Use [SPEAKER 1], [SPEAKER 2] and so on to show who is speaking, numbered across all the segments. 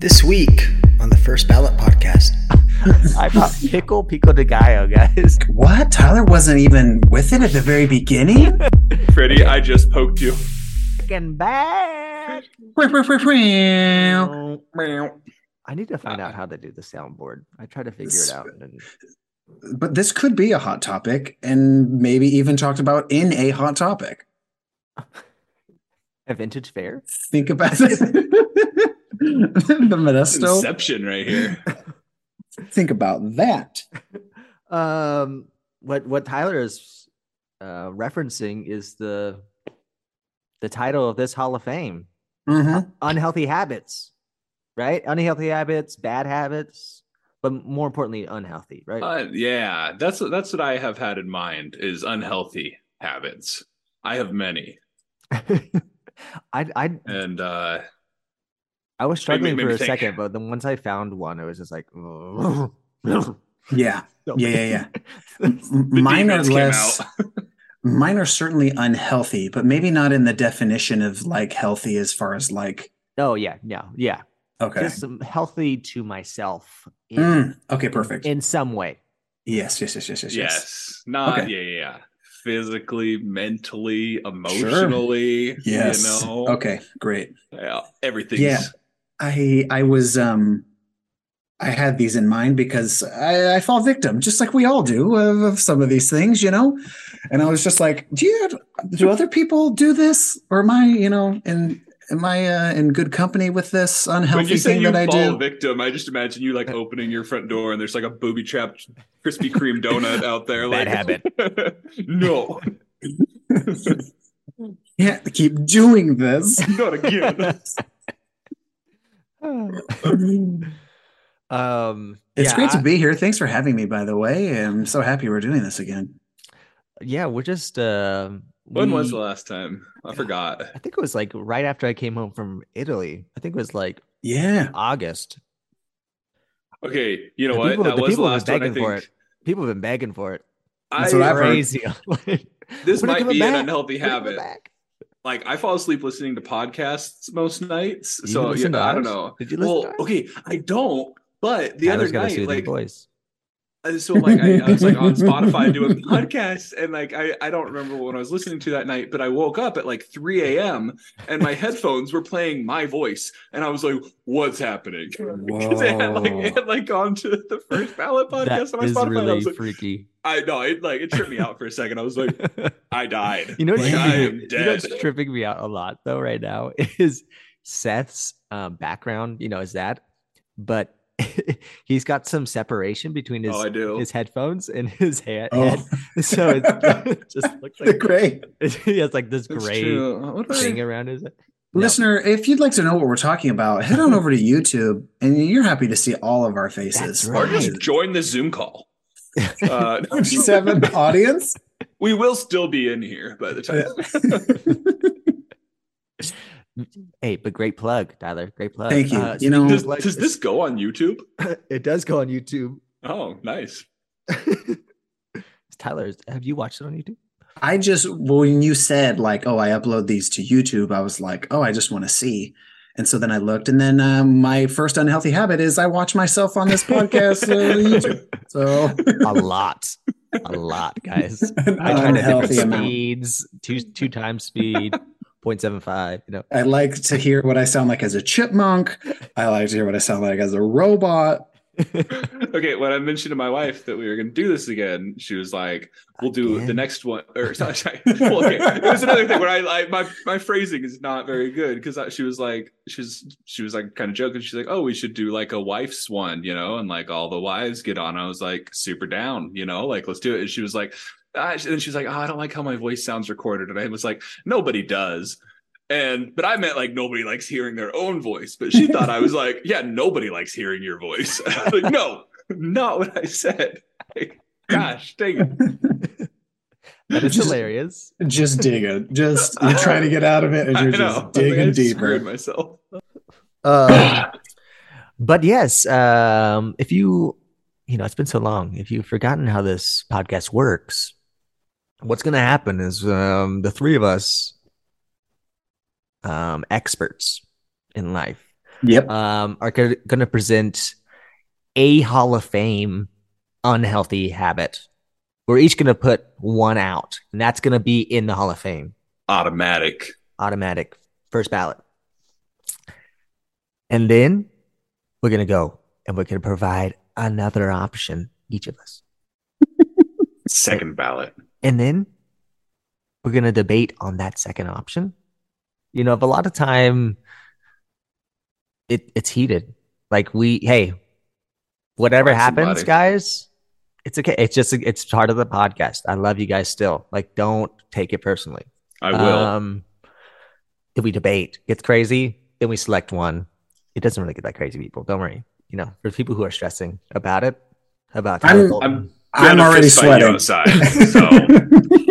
[SPEAKER 1] This week on the First Ballot Podcast.
[SPEAKER 2] I bought pickle pico de gallo, guys.
[SPEAKER 3] What? Tyler wasn't even with it at the very beginning?
[SPEAKER 4] Pretty, I just poked you.
[SPEAKER 2] Fucking bad.
[SPEAKER 3] I
[SPEAKER 2] I need to find out how to do the soundboard. I try to figure it out. And
[SPEAKER 3] But this could be a hot topic and maybe even talked about in a hot topic.
[SPEAKER 2] a vintage fair.
[SPEAKER 3] Think about it. the Modesto.
[SPEAKER 4] Inception right here.
[SPEAKER 3] Think about that.
[SPEAKER 2] Um, what what Tyler is uh, referencing is the the title of this Hall of Fame:
[SPEAKER 3] Mhm.
[SPEAKER 2] unhealthy habits, right? Unhealthy habits, bad habits, but more importantly, unhealthy, right?
[SPEAKER 4] Uh, yeah, that's that's what I have had in mind is unhealthy habits. I have many,
[SPEAKER 2] I I
[SPEAKER 4] and uh,
[SPEAKER 2] I was
[SPEAKER 4] Made
[SPEAKER 2] struggling
[SPEAKER 4] me- made
[SPEAKER 2] for
[SPEAKER 4] me
[SPEAKER 2] a
[SPEAKER 4] think.
[SPEAKER 2] second, but then once I found one, it was just like,
[SPEAKER 3] Yeah. Yeah, yeah,
[SPEAKER 2] yeah.
[SPEAKER 4] the
[SPEAKER 3] Mine are
[SPEAKER 4] demons came
[SPEAKER 3] less.
[SPEAKER 4] out.
[SPEAKER 3] Mine are certainly unhealthy, but maybe not in the definition of like healthy as far as like,
[SPEAKER 2] oh yeah, no, yeah.
[SPEAKER 3] okay.
[SPEAKER 2] Just some healthy to myself in,
[SPEAKER 3] Mm, okay, perfect.
[SPEAKER 2] in some way.
[SPEAKER 3] Yes, yes, yes, yes, yes, yes.
[SPEAKER 4] yes, not
[SPEAKER 3] Okay.
[SPEAKER 4] yeah, yeah, yeah. Physically, mentally, emotionally.
[SPEAKER 3] Yes.
[SPEAKER 4] you know,
[SPEAKER 3] Okay, great.
[SPEAKER 4] yeah, everything's
[SPEAKER 3] Yeah. I I was um I had these in mind because I, I fall victim, just like we all do, of, of some of these things, you know. And I was just like, do you do other people do this, or am I, you know, in am I uh, in good company with this
[SPEAKER 4] When
[SPEAKER 3] unhealthy
[SPEAKER 4] you say
[SPEAKER 3] thing
[SPEAKER 4] you
[SPEAKER 3] that I
[SPEAKER 4] fall
[SPEAKER 3] do?
[SPEAKER 4] victim, I just imagine you like opening your front door and there's like a booby trapped Krispy Kreme donut out there.
[SPEAKER 2] Bad
[SPEAKER 4] like, habit. no,
[SPEAKER 3] Can't keep doing this.
[SPEAKER 4] not again.
[SPEAKER 3] it's
[SPEAKER 2] um, yeah,
[SPEAKER 3] great to
[SPEAKER 2] I-
[SPEAKER 3] be here. Thanks for having me, by the way. I'm so happy we're doing this again.
[SPEAKER 2] yeah, we're just. um
[SPEAKER 4] When was the
[SPEAKER 2] we-
[SPEAKER 4] last time? I forgot.
[SPEAKER 2] I think it was like right after I came home from Italy. I think it was like
[SPEAKER 3] Yeah.
[SPEAKER 2] August.
[SPEAKER 4] Okay, you know
[SPEAKER 2] The
[SPEAKER 4] what?
[SPEAKER 2] people-
[SPEAKER 4] that
[SPEAKER 2] the
[SPEAKER 4] was the
[SPEAKER 2] people have
[SPEAKER 4] last
[SPEAKER 2] been
[SPEAKER 4] one. I
[SPEAKER 2] begging
[SPEAKER 4] think
[SPEAKER 2] for it. People have been begging for it.
[SPEAKER 3] That's
[SPEAKER 4] I- uh,
[SPEAKER 3] what I've heard.
[SPEAKER 2] Crazy. Like,
[SPEAKER 4] This
[SPEAKER 2] when it
[SPEAKER 4] might
[SPEAKER 2] coming
[SPEAKER 4] be an
[SPEAKER 2] back?
[SPEAKER 4] unhealthy
[SPEAKER 2] When it coming
[SPEAKER 4] habit.
[SPEAKER 2] back?
[SPEAKER 4] Like I fall asleep listening to podcasts most nights,
[SPEAKER 2] You
[SPEAKER 4] so
[SPEAKER 2] listen
[SPEAKER 4] yeah,
[SPEAKER 2] to
[SPEAKER 4] I don't
[SPEAKER 2] ours?
[SPEAKER 4] know.
[SPEAKER 2] Did you listen?
[SPEAKER 4] Well,
[SPEAKER 2] to ours?
[SPEAKER 4] okay, I don't. But the
[SPEAKER 2] Tyler's got a
[SPEAKER 4] other night,
[SPEAKER 2] soothing
[SPEAKER 4] like
[SPEAKER 2] voice.
[SPEAKER 4] uh, so, like I, I was like on Spotify doing podcasts, and like I I don't remember what I was listening to that night, but I woke up at like 3 a.m. and my headphones were playing my voice, and I was like, "What's happening?" Because it had like it had like gone to the first ballot podcast
[SPEAKER 2] that
[SPEAKER 4] on my
[SPEAKER 2] is
[SPEAKER 4] Spotify. and I
[SPEAKER 2] really
[SPEAKER 4] was like,
[SPEAKER 2] freaky.
[SPEAKER 4] I know it like it tripped me out for a second. I was like, I died.
[SPEAKER 2] You know, what's
[SPEAKER 3] Like,
[SPEAKER 4] I
[SPEAKER 2] tripping-
[SPEAKER 4] am
[SPEAKER 2] you know what's
[SPEAKER 4] dead.
[SPEAKER 2] tripping me out a lot though right now is Seth's um, background. You know, is that, but he's got some separation between his
[SPEAKER 4] oh, I do.
[SPEAKER 2] his headphones and his ha-
[SPEAKER 3] Oh,
[SPEAKER 2] head, so it's, it just looks like
[SPEAKER 3] great.
[SPEAKER 2] he has like this
[SPEAKER 4] That's
[SPEAKER 2] gray
[SPEAKER 4] true. What was
[SPEAKER 2] thing
[SPEAKER 4] it?
[SPEAKER 2] around his. head. No.
[SPEAKER 3] Listener, if you'd like to know what we're talking about, head on over to YouTube and you're happy to see all of our
[SPEAKER 2] That's
[SPEAKER 3] faces.
[SPEAKER 2] right.
[SPEAKER 4] Or just join the Zoom call. Uh,
[SPEAKER 3] Seven audience.
[SPEAKER 4] we will still be in here by the time.
[SPEAKER 2] Hey, but great plug, Tyler. Great plug.
[SPEAKER 3] Thank you.
[SPEAKER 2] Uh,
[SPEAKER 3] you know,
[SPEAKER 4] Does,
[SPEAKER 2] Like
[SPEAKER 4] does
[SPEAKER 2] this.
[SPEAKER 4] this go on YouTube?
[SPEAKER 2] it does go on YouTube.
[SPEAKER 4] Oh, nice.
[SPEAKER 2] Tyler, have you watched it on YouTube?
[SPEAKER 3] I just when you said like, oh, I upload these to YouTube, I was like, oh, I just want to see. And so then I looked, and then um, my first unhealthy habit is I watch myself on this podcast uh, YouTube. So
[SPEAKER 2] a lot, a lot, guys. I tried at different
[SPEAKER 3] unhealthy amount.
[SPEAKER 2] speeds, two two times speed, 0.75, You know,
[SPEAKER 3] I like to hear what I sound like as a chipmunk. I like to hear what I sound like as a robot.
[SPEAKER 4] Okay, when I mentioned to my wife that we were going to do this again, she was like, "We'll do the
[SPEAKER 2] Again?
[SPEAKER 4] next one." Or sorry, sorry. Well, okay, it was another thing where I, I my my phrasing is not very good because she was like, she's she was like kind of joking. She's like, "Oh, we should do like a wife's one, you know, and like all the wives get on." I was like, super down, you know, like let's do it. And she was like, ah, and then she's like, oh, "I don't like how my voice sounds recorded," and I was like, "Nobody does." And but I meant like nobody likes hearing their own voice, but she thought I was like, yeah, nobody likes hearing your voice. I was like, no, not what I said. Like, gosh, dang it.
[SPEAKER 2] that is
[SPEAKER 3] Just-
[SPEAKER 2] hilarious.
[SPEAKER 3] just digging just you're trying to get out of it and
[SPEAKER 4] I
[SPEAKER 3] you're
[SPEAKER 4] know.
[SPEAKER 3] just
[SPEAKER 4] I think I
[SPEAKER 3] digging
[SPEAKER 4] just screwed
[SPEAKER 3] deeper
[SPEAKER 4] myself.
[SPEAKER 2] Uh, but yes, um, if you, you know, it's been so long. If you've forgotten how this podcast works, what's going to happen is um, the three of us, um, experts in life,
[SPEAKER 3] Yep.
[SPEAKER 2] um, are going to present a Hall of Fame unhealthy habit. We're each going to put one out, and that's going to be in the Hall of Fame,
[SPEAKER 4] Automatic.
[SPEAKER 2] automatic, first ballot. And then we're going to go and we're going to provide another option, each of us.
[SPEAKER 4] Second ballot.
[SPEAKER 2] And then we're going to debate on that second option. You know, if a lot of time it it's heated. Like we, hey, whatever
[SPEAKER 4] Find
[SPEAKER 2] happens,
[SPEAKER 4] somebody.
[SPEAKER 2] guys, it's okay. It's just it's part of the podcast. I love you guys still. Like don't take it personally.
[SPEAKER 4] I will.
[SPEAKER 2] Um then we debate. Gets crazy, then we select one. It doesn't really get that crazy people. Don't worry. You know, for people who are stressing about it, about
[SPEAKER 3] I'm-
[SPEAKER 2] Tyler Golden.
[SPEAKER 4] I'm We're
[SPEAKER 3] I'm
[SPEAKER 4] gonna
[SPEAKER 3] already
[SPEAKER 4] fist fight you
[SPEAKER 3] sweating.
[SPEAKER 4] outside, so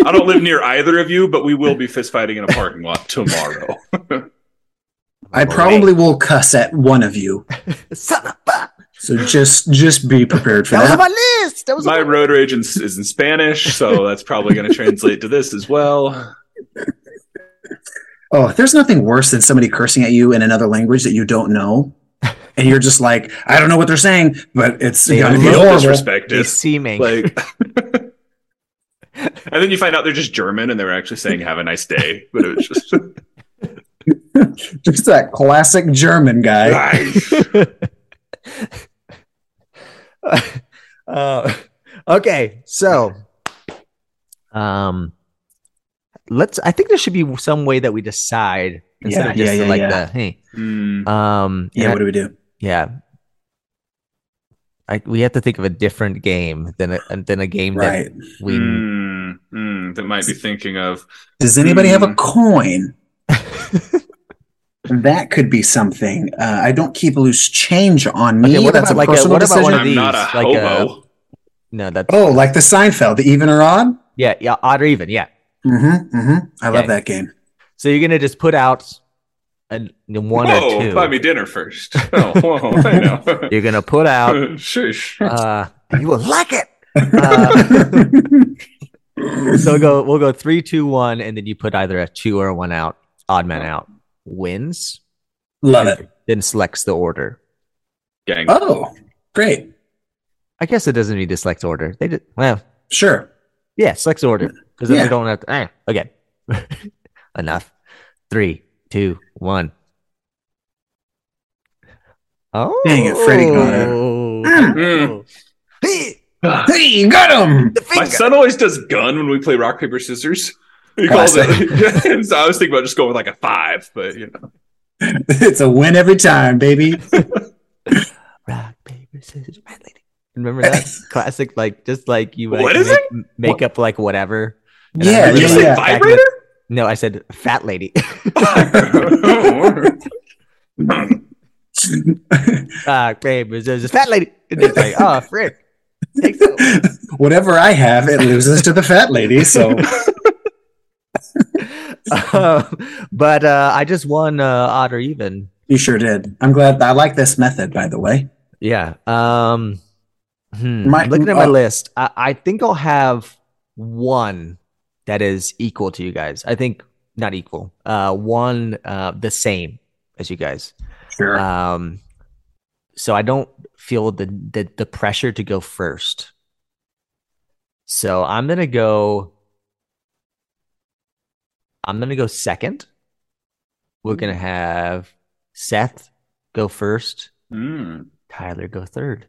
[SPEAKER 4] I don't live near either of you, but we will be fist fighting in a parking lot tomorrow.
[SPEAKER 3] I
[SPEAKER 2] Well,
[SPEAKER 3] probably will cuss at one of you.
[SPEAKER 2] wait. son of a
[SPEAKER 3] So just just be prepared for
[SPEAKER 2] that was on
[SPEAKER 3] that.
[SPEAKER 2] my list. That was on
[SPEAKER 4] My
[SPEAKER 2] my
[SPEAKER 4] road rage in, is in Spanish, so that's probably going to translate to this as well.
[SPEAKER 3] Oh, there's nothing worse than somebody cursing at you in another language that you don't know. And you're just like, I don't know what they're saying, but it's
[SPEAKER 2] They
[SPEAKER 4] I
[SPEAKER 3] gonna be
[SPEAKER 4] love
[SPEAKER 3] horrible.
[SPEAKER 4] disrespect
[SPEAKER 2] They
[SPEAKER 4] is
[SPEAKER 2] seeming.
[SPEAKER 4] like, and then you find out they're just German and they were actually saying "Have a nice day," but it was just
[SPEAKER 3] Just that classic German guy.
[SPEAKER 2] Uh, okay, so um, let's. I think there should be some way that we decide instead of just
[SPEAKER 3] Yeah, yeah, yeah,
[SPEAKER 2] like
[SPEAKER 3] yeah.
[SPEAKER 2] the hey.
[SPEAKER 4] Hmm.
[SPEAKER 2] Um,
[SPEAKER 3] Yeah,
[SPEAKER 2] and I-
[SPEAKER 3] what do we do?
[SPEAKER 2] yeah. I, we have to think of a different game than a, than a game
[SPEAKER 3] Right.
[SPEAKER 2] that we.
[SPEAKER 4] Hmm. Hmm. that might be thinking of.
[SPEAKER 3] Does anybody have a
[SPEAKER 4] Hmm.
[SPEAKER 3] coin? That could be something. Uh, I don't keep loose change on me.
[SPEAKER 2] Okay, what
[SPEAKER 3] That's
[SPEAKER 2] about like
[SPEAKER 3] a
[SPEAKER 2] a-
[SPEAKER 3] personal
[SPEAKER 2] what about one of
[SPEAKER 3] decision.
[SPEAKER 4] I'm not a
[SPEAKER 2] these, like, uh,
[SPEAKER 4] hobo.
[SPEAKER 2] No, that's
[SPEAKER 3] oh, like the Seinfeld, the even or odd.
[SPEAKER 2] yeah, yeah, odd or even, yeah.
[SPEAKER 3] Mm-hmm, mm-hmm. I love
[SPEAKER 2] Okay.
[SPEAKER 3] that game.
[SPEAKER 2] So you're gonna just put out a, one
[SPEAKER 4] whoa,
[SPEAKER 2] or two.
[SPEAKER 4] buy me dinner first. Oh, whoa, I know.
[SPEAKER 2] You're gonna put out
[SPEAKER 4] Shush.
[SPEAKER 2] uh, you will like it. Uh, so we'll go we'll go three, two, one, and then you put either a two or a one out. Odd man out wins.
[SPEAKER 3] Love it.
[SPEAKER 2] Then selects the order. uh,
[SPEAKER 4] Gang.
[SPEAKER 3] Oh, great.
[SPEAKER 2] I guess it doesn't need to select order. They did well,
[SPEAKER 3] Sure.
[SPEAKER 2] yeah, selects order because then we
[SPEAKER 3] Yeah.
[SPEAKER 2] don't have to. eh, okay, enough. Three, two, one. Oh,
[SPEAKER 3] Dang it, Mm. Freddy Goddard.
[SPEAKER 2] Oh. Hey,
[SPEAKER 3] Hey, you got him.
[SPEAKER 2] the
[SPEAKER 4] Ah, My
[SPEAKER 2] finger.
[SPEAKER 4] son always does gun when we play rock paper scissors. He calls it. so I was thinking about just going with like a five, but you know,
[SPEAKER 3] It's a win every time, baby.
[SPEAKER 2] rock paper scissors red lady. Remember that classic, like just like you like,
[SPEAKER 4] What is
[SPEAKER 2] make, make up like whatever. And I
[SPEAKER 3] yeah,
[SPEAKER 2] remember,
[SPEAKER 4] did you
[SPEAKER 3] yeah,
[SPEAKER 4] say
[SPEAKER 3] yeah.
[SPEAKER 2] back in the- No, I said fat lady.
[SPEAKER 4] vibrator?
[SPEAKER 2] rock paper scissors fat lady. It's just like oh, frick. Takes over.
[SPEAKER 3] Whatever I have, it loses to the fat lady. So
[SPEAKER 2] Um, but uh, I just won uh, odd or even.
[SPEAKER 3] you sure did. I'm glad. I like this method, by the way.
[SPEAKER 2] Yeah. Um, hmm,
[SPEAKER 3] My-
[SPEAKER 2] I'm looking at my
[SPEAKER 3] uh,
[SPEAKER 2] list, I, I think I'll have one that is equal to you guys. I think not equal. Uh, one uh, the same as you guys.
[SPEAKER 3] Sure.
[SPEAKER 2] Um, so I don't feel the, the the pressure to go first. So I'm gonna go. I'm gonna go second. We're gonna have Seth go first.
[SPEAKER 4] Hmm.
[SPEAKER 2] Tyler go third.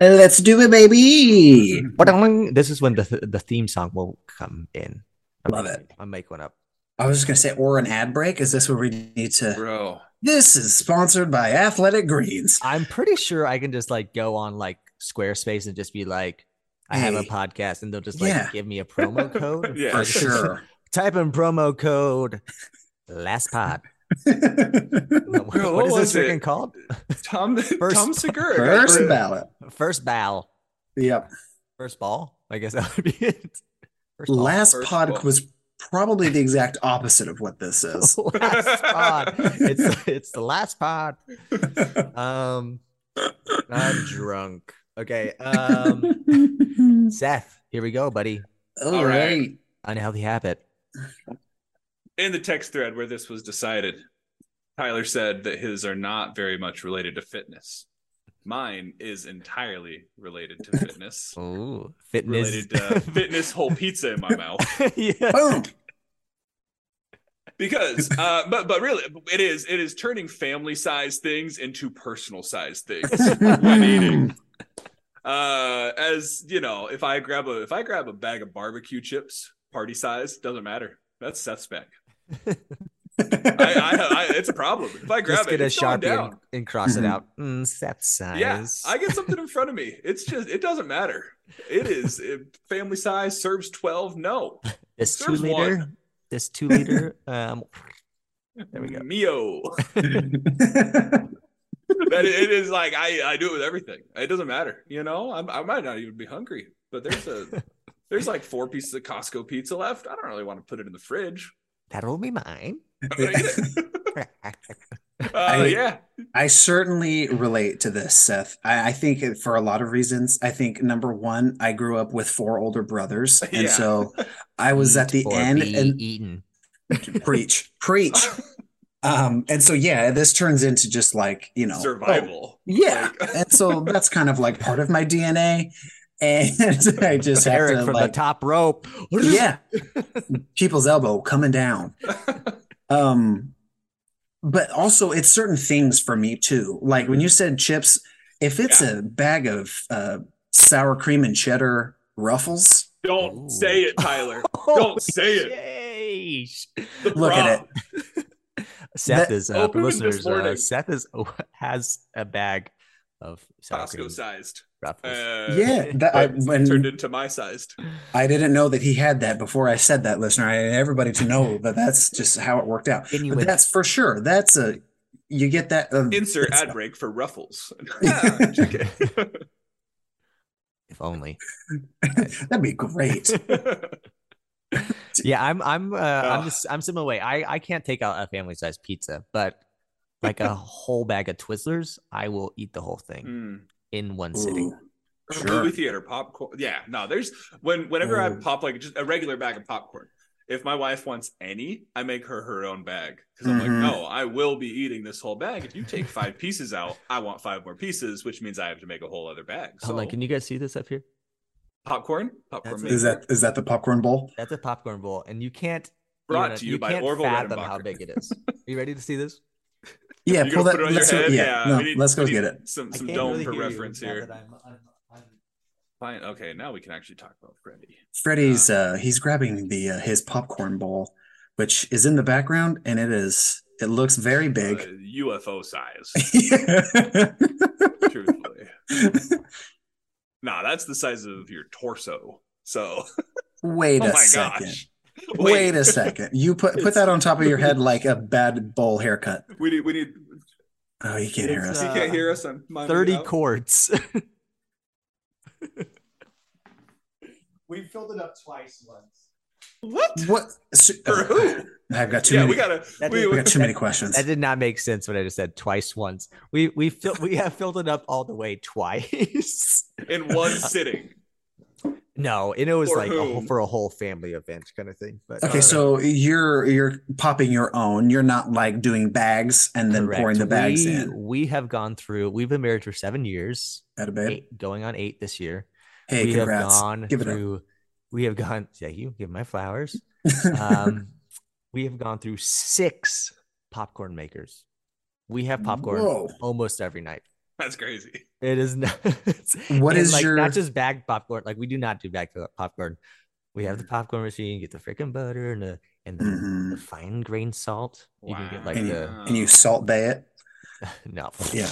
[SPEAKER 3] Let's do it, baby.
[SPEAKER 2] Ba-dang! This is when the th- the theme song will come in.
[SPEAKER 3] Love it.
[SPEAKER 2] I'll make one up.
[SPEAKER 3] I was just gonna say, or an ad break. Is this where we need to?
[SPEAKER 4] Bro.
[SPEAKER 3] This is sponsored by Athletic Greens.
[SPEAKER 2] I'm pretty sure I can just like go on like Squarespace and just be like, I have a
[SPEAKER 3] Hey.
[SPEAKER 2] podcast, and they'll just like
[SPEAKER 3] Yeah.
[SPEAKER 2] give me a promo code.
[SPEAKER 4] Yeah.
[SPEAKER 2] Like,
[SPEAKER 3] For sure.
[SPEAKER 2] Type in promo code last pod.
[SPEAKER 3] First
[SPEAKER 2] What-
[SPEAKER 4] Bro,
[SPEAKER 2] what is
[SPEAKER 4] what
[SPEAKER 2] this
[SPEAKER 4] was
[SPEAKER 2] freaking
[SPEAKER 4] it?
[SPEAKER 2] called?
[SPEAKER 4] Tom
[SPEAKER 2] First-
[SPEAKER 4] Tom Segura.
[SPEAKER 3] ballot.
[SPEAKER 2] First ball.
[SPEAKER 3] Yep.
[SPEAKER 2] First ball. I guess that would be it. First ball.
[SPEAKER 3] Last
[SPEAKER 4] first
[SPEAKER 3] pod
[SPEAKER 4] ball.
[SPEAKER 3] was probably the exact opposite of what this is.
[SPEAKER 2] last pod. It's it's the last pod. Um, I'm drunk. Okay. Um, Seth, here we go, buddy.
[SPEAKER 3] All right.
[SPEAKER 2] Unhealthy habit.
[SPEAKER 4] In the text thread where this was decided, Tyler said that his are not very much related to fitness. Mine is entirely related to fitness.
[SPEAKER 2] Oh, fitness.
[SPEAKER 4] related to fitness whole pizza in my mouth.
[SPEAKER 2] yeah.
[SPEAKER 3] Boom.
[SPEAKER 4] because uh but but really it is it is turning family sized things into personal sized things when eating uh as you know if i grab a if i grab a bag of barbecue chips party size doesn't matter that's Seth's bag I, I, I it's a problem if i grab
[SPEAKER 2] Just get
[SPEAKER 4] it
[SPEAKER 2] a
[SPEAKER 4] it's going
[SPEAKER 2] sharpie
[SPEAKER 4] down
[SPEAKER 2] and, and cross it
[SPEAKER 3] Mhm.
[SPEAKER 2] out. Mm, set size.
[SPEAKER 4] yeah i get something in front of me it's just it doesn't matter it is it, family size serves 12 no
[SPEAKER 2] this two
[SPEAKER 4] there's
[SPEAKER 2] liter. This two liter. Um, there we go.
[SPEAKER 4] mio that it- it is like I I do it with everything. It doesn't matter, you know. I'm, I might not even be hungry, but there's a there's like four pieces of Costco pizza left. I don't really want to put it in the fridge.
[SPEAKER 2] That'll be mine.
[SPEAKER 4] I'm gonna eat it. Uh,
[SPEAKER 3] I-
[SPEAKER 4] yeah,
[SPEAKER 3] I certainly relate to this, Seth. I, I think it- for a lot of reasons. I think number one, I grew up with four older brothers, and
[SPEAKER 4] Yeah.
[SPEAKER 3] so I was at
[SPEAKER 2] Eat
[SPEAKER 3] the
[SPEAKER 2] or
[SPEAKER 3] end
[SPEAKER 2] be
[SPEAKER 3] and
[SPEAKER 2] eaten.
[SPEAKER 3] preach, preach. Um, and so yeah, this turns into just like you know oh,
[SPEAKER 4] survival.
[SPEAKER 3] yeah,
[SPEAKER 4] Like-
[SPEAKER 3] and so that's kind of like part of my DNA, and I just have
[SPEAKER 2] Eric
[SPEAKER 3] to
[SPEAKER 2] from
[SPEAKER 3] like
[SPEAKER 2] the top rope.
[SPEAKER 3] yeah people's elbow coming down um but also it's certain things for me too like when you
[SPEAKER 4] Mm-hmm.
[SPEAKER 3] said chips if it's a bag of uh sour cream and cheddar ruffles
[SPEAKER 4] Don't
[SPEAKER 2] Ooh.
[SPEAKER 4] say it, Tyler.
[SPEAKER 2] Holy
[SPEAKER 4] say it.
[SPEAKER 2] sheesh.
[SPEAKER 4] The
[SPEAKER 3] Look at
[SPEAKER 4] prop.
[SPEAKER 2] Seth
[SPEAKER 3] That-
[SPEAKER 2] is uh, for
[SPEAKER 4] Open this
[SPEAKER 2] listeners. Uh,
[SPEAKER 4] morning.
[SPEAKER 2] Seth is has a bag of sour cream
[SPEAKER 4] Costco sized.
[SPEAKER 2] ruffles.
[SPEAKER 4] Uh,
[SPEAKER 3] yeah that I,
[SPEAKER 4] but
[SPEAKER 3] when-
[SPEAKER 4] turned into my sized.
[SPEAKER 3] I didn't know that he had that before i said that listener i need everybody to know that that's just how it worked out
[SPEAKER 2] Genuine.
[SPEAKER 3] but that's for sure that's a you get that uh,
[SPEAKER 4] Insert
[SPEAKER 3] that's-
[SPEAKER 4] ad break for Ruffles. Yeah, just kidding.
[SPEAKER 2] if only.
[SPEAKER 3] that'd be great
[SPEAKER 2] Yeah, I'm I'm uh, I'm
[SPEAKER 4] Ugh.
[SPEAKER 2] just I'm similar way. I I can't take out a family sized pizza, but like a whole bag of Twizzlers, I will eat the whole thing
[SPEAKER 4] Hmm.
[SPEAKER 2] in one
[SPEAKER 3] Ooh.
[SPEAKER 2] sitting.
[SPEAKER 4] Or
[SPEAKER 3] Sure.
[SPEAKER 4] movie theater popcorn. Yeah, no, there's when whenever I
[SPEAKER 3] Mm.
[SPEAKER 4] pop like just a regular bag of popcorn. If my wife wants any, I make her her own bag because I'm
[SPEAKER 3] Mhm.
[SPEAKER 4] like, no, I will be eating this whole bag. If you take five pieces out, I want five more pieces, which means I have to make a whole other bag. So
[SPEAKER 2] Hold on, can you guys see this up here?
[SPEAKER 4] popcorn, popcorn
[SPEAKER 2] That's-
[SPEAKER 3] is that is that the popcorn bowl
[SPEAKER 2] That's a popcorn bowl, and you can't
[SPEAKER 4] Brought
[SPEAKER 2] even-
[SPEAKER 4] to you by
[SPEAKER 2] can't
[SPEAKER 4] Orville
[SPEAKER 2] fathom how
[SPEAKER 4] Redenbacher.
[SPEAKER 2] big it is. Are you ready to see this?
[SPEAKER 3] yeah
[SPEAKER 4] You
[SPEAKER 3] pull
[SPEAKER 4] gonna
[SPEAKER 3] that
[SPEAKER 4] put it on your
[SPEAKER 3] let's go-
[SPEAKER 4] head?
[SPEAKER 3] yeah, no,
[SPEAKER 4] we need-
[SPEAKER 3] let's go
[SPEAKER 4] we need
[SPEAKER 3] get it
[SPEAKER 4] Some
[SPEAKER 2] I
[SPEAKER 4] some
[SPEAKER 2] can't
[SPEAKER 4] dome
[SPEAKER 2] really
[SPEAKER 4] for
[SPEAKER 2] hear you
[SPEAKER 4] reference
[SPEAKER 2] now
[SPEAKER 4] here.
[SPEAKER 2] that I'm- I'm- I'm-
[SPEAKER 4] Fine. Okay, now we can actually talk about Freddy.
[SPEAKER 3] Freddy's uh, he's grabbing the uh, his popcorn bowl, which is in the background, and it is it looks very
[SPEAKER 4] Uh,
[SPEAKER 3] big.
[SPEAKER 4] UFO size,
[SPEAKER 3] yeah,
[SPEAKER 4] truthfully. Nah, that's the size of your torso. So
[SPEAKER 3] Wait
[SPEAKER 4] oh
[SPEAKER 3] a
[SPEAKER 4] my
[SPEAKER 3] second.
[SPEAKER 4] gosh.
[SPEAKER 3] Wait. a second. You put put that on top of your head like a bad bowl haircut.
[SPEAKER 4] We need we need
[SPEAKER 3] Oh, you can't hear
[SPEAKER 2] It's,
[SPEAKER 3] us.
[SPEAKER 4] you
[SPEAKER 2] Uh,
[SPEAKER 4] can't hear us on my
[SPEAKER 2] Thirty quarts. we filled it up twice once.
[SPEAKER 4] What?
[SPEAKER 3] what? So-
[SPEAKER 4] uh,
[SPEAKER 3] uh,
[SPEAKER 4] For who?
[SPEAKER 3] I've got too
[SPEAKER 4] yeah,
[SPEAKER 3] many.
[SPEAKER 4] we gotta
[SPEAKER 2] That
[SPEAKER 4] we,
[SPEAKER 2] did-
[SPEAKER 3] we
[SPEAKER 4] we,
[SPEAKER 3] got too many questions.
[SPEAKER 2] That did not make sense what I just said. Twice, once. We we fill, we have filled it up all the way twice.
[SPEAKER 4] in one sitting.
[SPEAKER 2] no, and it was
[SPEAKER 4] For
[SPEAKER 2] like a whole,
[SPEAKER 4] whom?
[SPEAKER 2] for a whole family event kind of thing. But uh,
[SPEAKER 3] Okay, so you're you're popping your own. You're not like doing bags and then
[SPEAKER 2] Correct.
[SPEAKER 3] pouring the bags
[SPEAKER 2] we,
[SPEAKER 3] in.
[SPEAKER 2] We have gone through. We've been married for seven years,
[SPEAKER 3] At a bit.
[SPEAKER 2] eight, going on eight this year.
[SPEAKER 3] Hey,
[SPEAKER 2] we
[SPEAKER 3] congrats.
[SPEAKER 2] have gone
[SPEAKER 3] Give it up.
[SPEAKER 2] through. We have gone. Thank you. Give my flowers. Um, we have gone through six popcorn makers. We have popcorn
[SPEAKER 3] Whoa.
[SPEAKER 2] almost every night.
[SPEAKER 4] That's crazy.
[SPEAKER 2] It is not.
[SPEAKER 3] What
[SPEAKER 2] and,
[SPEAKER 3] is
[SPEAKER 2] like,
[SPEAKER 3] your-
[SPEAKER 2] not just bag popcorn? Like we do not do bag pop- popcorn. We have the
[SPEAKER 3] Mm-hmm.
[SPEAKER 2] popcorn machine. Get the freaking butter and the and the,
[SPEAKER 3] Mhm.
[SPEAKER 2] the fine grain salt. You can get like
[SPEAKER 3] And you-
[SPEAKER 2] the
[SPEAKER 3] and you salt bay it.
[SPEAKER 2] no.
[SPEAKER 3] Yeah.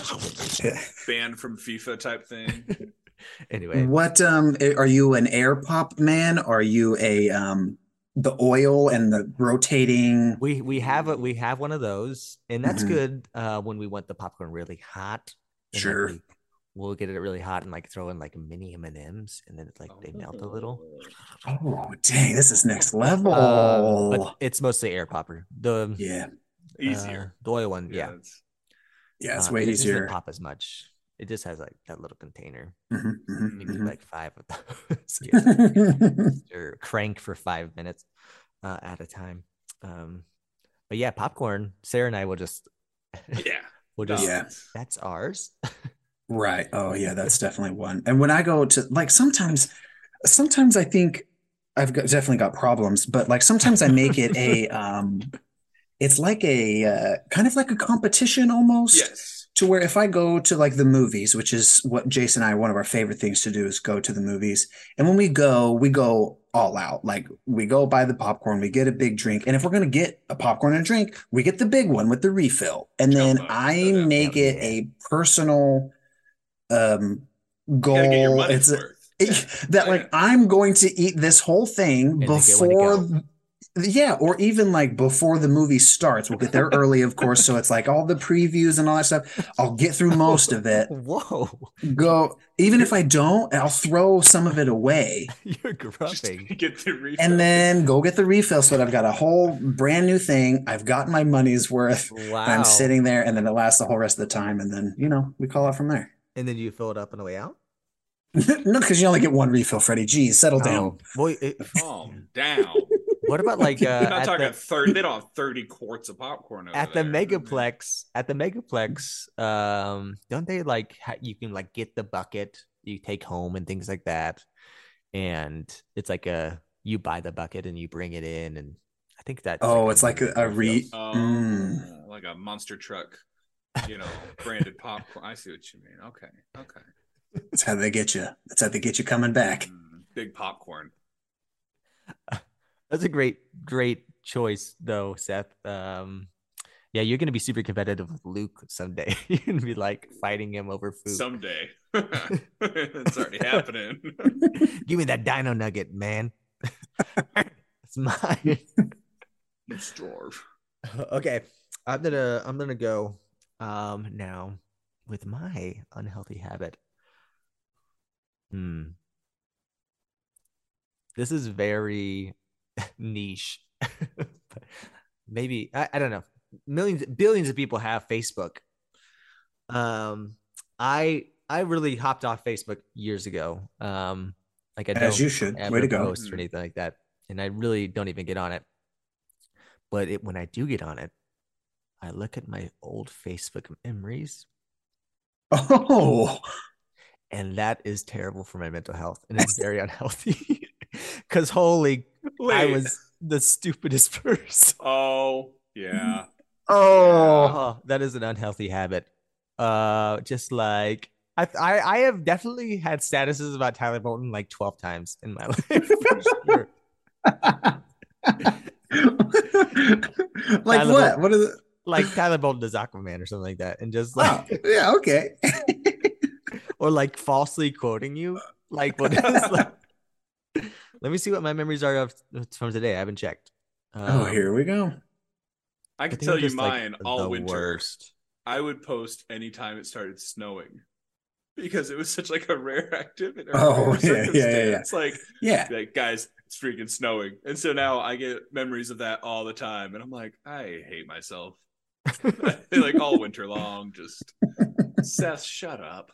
[SPEAKER 4] banned from FIFA type thing.
[SPEAKER 2] anyway,
[SPEAKER 3] What um i- are you an air pop man? Are you a um the oil and the rotating?
[SPEAKER 2] we we have a we have one of those, and that's
[SPEAKER 3] Mhm.
[SPEAKER 2] good uh, when we want the popcorn really hot. and, like,
[SPEAKER 3] Sure.
[SPEAKER 2] we- We'll get it really hot and like throw in like mini M and M's, and then it's like they melt a little.
[SPEAKER 3] Oh dang, this is next level. Oh.
[SPEAKER 2] Um, but it's mostly air popper. The
[SPEAKER 3] yeah,
[SPEAKER 4] Easier.
[SPEAKER 2] uh, the oil one, yeah.
[SPEAKER 4] that's-
[SPEAKER 3] yeah, it's
[SPEAKER 2] Uh,
[SPEAKER 3] way
[SPEAKER 2] it doesn't
[SPEAKER 3] easier.
[SPEAKER 2] pop as much. It just has like that little container.
[SPEAKER 3] Mhm, mhm,
[SPEAKER 2] You can do
[SPEAKER 3] mhm.
[SPEAKER 2] like five of those. You have to stir- crank for five minutes uh, at a time. Um, but yeah, popcorn. Sarah and I will just
[SPEAKER 4] Yeah.
[SPEAKER 2] We'll just,
[SPEAKER 3] Yeah.
[SPEAKER 2] That's ours.
[SPEAKER 3] Right. Oh, yeah, that's definitely one. And when I go to like sometimes, sometimes I think I've got, definitely got problems, but like sometimes I make it a um, it's like a uh, kind of like a competition almost
[SPEAKER 4] Yes.
[SPEAKER 3] to where if I go to like the movies, which is what Jason and I, one of our favorite things to do is go to the movies. And when we go, we go all out. Like we go buy the popcorn, we get a big drink. And if we're going to get a popcorn and a drink, we get the big one with the refill. And then
[SPEAKER 4] Oh,
[SPEAKER 3] I
[SPEAKER 4] yeah.
[SPEAKER 3] make it a personal um
[SPEAKER 4] You gotta get your
[SPEAKER 3] goal.
[SPEAKER 4] money's
[SPEAKER 3] It's a,
[SPEAKER 4] worth.
[SPEAKER 3] that like I'm going to eat this whole thing
[SPEAKER 2] And then get one to
[SPEAKER 3] before
[SPEAKER 2] go.
[SPEAKER 3] yeah or even like before the movie starts we'll get there early of course so it's like all the previews and all that stuff I'll get through most of it
[SPEAKER 2] Whoa.
[SPEAKER 3] go even if I don't I'll throw some of it away
[SPEAKER 2] You're
[SPEAKER 4] Just
[SPEAKER 2] grubbing.
[SPEAKER 4] get the refill.
[SPEAKER 3] and then go get the refill so that I've got a whole brand new thing I've got my money's worth
[SPEAKER 2] Wow.
[SPEAKER 3] I'm sitting there and then it lasts the whole rest of the time and then you know we call it from there
[SPEAKER 2] And then you fill it up on the way out?
[SPEAKER 3] no because you only get one refill Freddie geez settle down
[SPEAKER 2] Oh, boy, it-
[SPEAKER 4] calm down.
[SPEAKER 2] what about like uh,
[SPEAKER 4] You're not
[SPEAKER 2] at,
[SPEAKER 4] talking
[SPEAKER 2] the,
[SPEAKER 4] thirty. They don't have thirty quarts of popcorn over
[SPEAKER 2] at the
[SPEAKER 4] there.
[SPEAKER 2] megaplex? At the megaplex, um, don't they like ha- you can like get the bucket you take home and things like that, and it's like a you buy the bucket and you bring it in, and I think that
[SPEAKER 3] Oh, it's like a- a re-
[SPEAKER 4] Oh,
[SPEAKER 3] Mm.
[SPEAKER 4] like a monster truck, you know, branded popcorn. I see what you mean. Okay, okay.
[SPEAKER 3] that's how they get you that's how they get you coming back
[SPEAKER 4] Mm, big popcorn.
[SPEAKER 2] That's a great, great choice, though, Seth. Um, yeah, you're gonna be super competitive with Luke someday. you're gonna be like fighting him over food.
[SPEAKER 4] Someday, it's already happening.
[SPEAKER 2] Give me that Dino Nugget, man. it's mine.
[SPEAKER 4] Let's dwarf.
[SPEAKER 2] okay, I'm gonna I'm gonna go um now with my unhealthy habit. Hmm. This is very niche. But Maybe I, I don't know. Millions billions of people have Facebook. Um I I really hopped off Facebook years ago. Um like I
[SPEAKER 3] as
[SPEAKER 2] don't
[SPEAKER 3] you should
[SPEAKER 2] ever
[SPEAKER 3] way to go
[SPEAKER 2] post or anything like that. And I really don't even get on it. But it, when I do get on it, I look at my old Facebook memories,
[SPEAKER 3] Oh,
[SPEAKER 2] and that is terrible for my mental health, and it's very unhealthy. Because holy,
[SPEAKER 4] Wait.
[SPEAKER 2] I was the stupidest person.
[SPEAKER 4] Oh yeah.
[SPEAKER 2] Oh, that is an unhealthy habit. Uh, just like I, I, I have definitely had statuses about Tyler Bolton like twelve times in my life. for sure.
[SPEAKER 3] like
[SPEAKER 2] love
[SPEAKER 3] what?
[SPEAKER 2] it.
[SPEAKER 3] What is it?
[SPEAKER 2] like Tyler Bolton is Aquaman or something like that, and just like
[SPEAKER 3] Oh, yeah, okay.
[SPEAKER 2] or like falsely quoting you, like what? it's like- let me see what my memories are of from today. I haven't checked.
[SPEAKER 3] oh,
[SPEAKER 2] Um,
[SPEAKER 3] here we go.
[SPEAKER 4] I
[SPEAKER 2] I
[SPEAKER 4] can
[SPEAKER 2] think
[SPEAKER 4] tell
[SPEAKER 2] I'm
[SPEAKER 4] you
[SPEAKER 2] just, like,
[SPEAKER 4] mine all
[SPEAKER 2] the
[SPEAKER 4] winter.
[SPEAKER 2] worst.
[SPEAKER 4] I would post anytime it started snowing because it was such like a rare activity.
[SPEAKER 3] Oh, yeah, yeah, yeah, yeah.
[SPEAKER 4] It's like
[SPEAKER 3] Yeah.
[SPEAKER 4] like guys, it's freaking snowing, and so now I get memories of that all the time, and I'm like, I hate myself, like all winter long. Just Seth, shut up.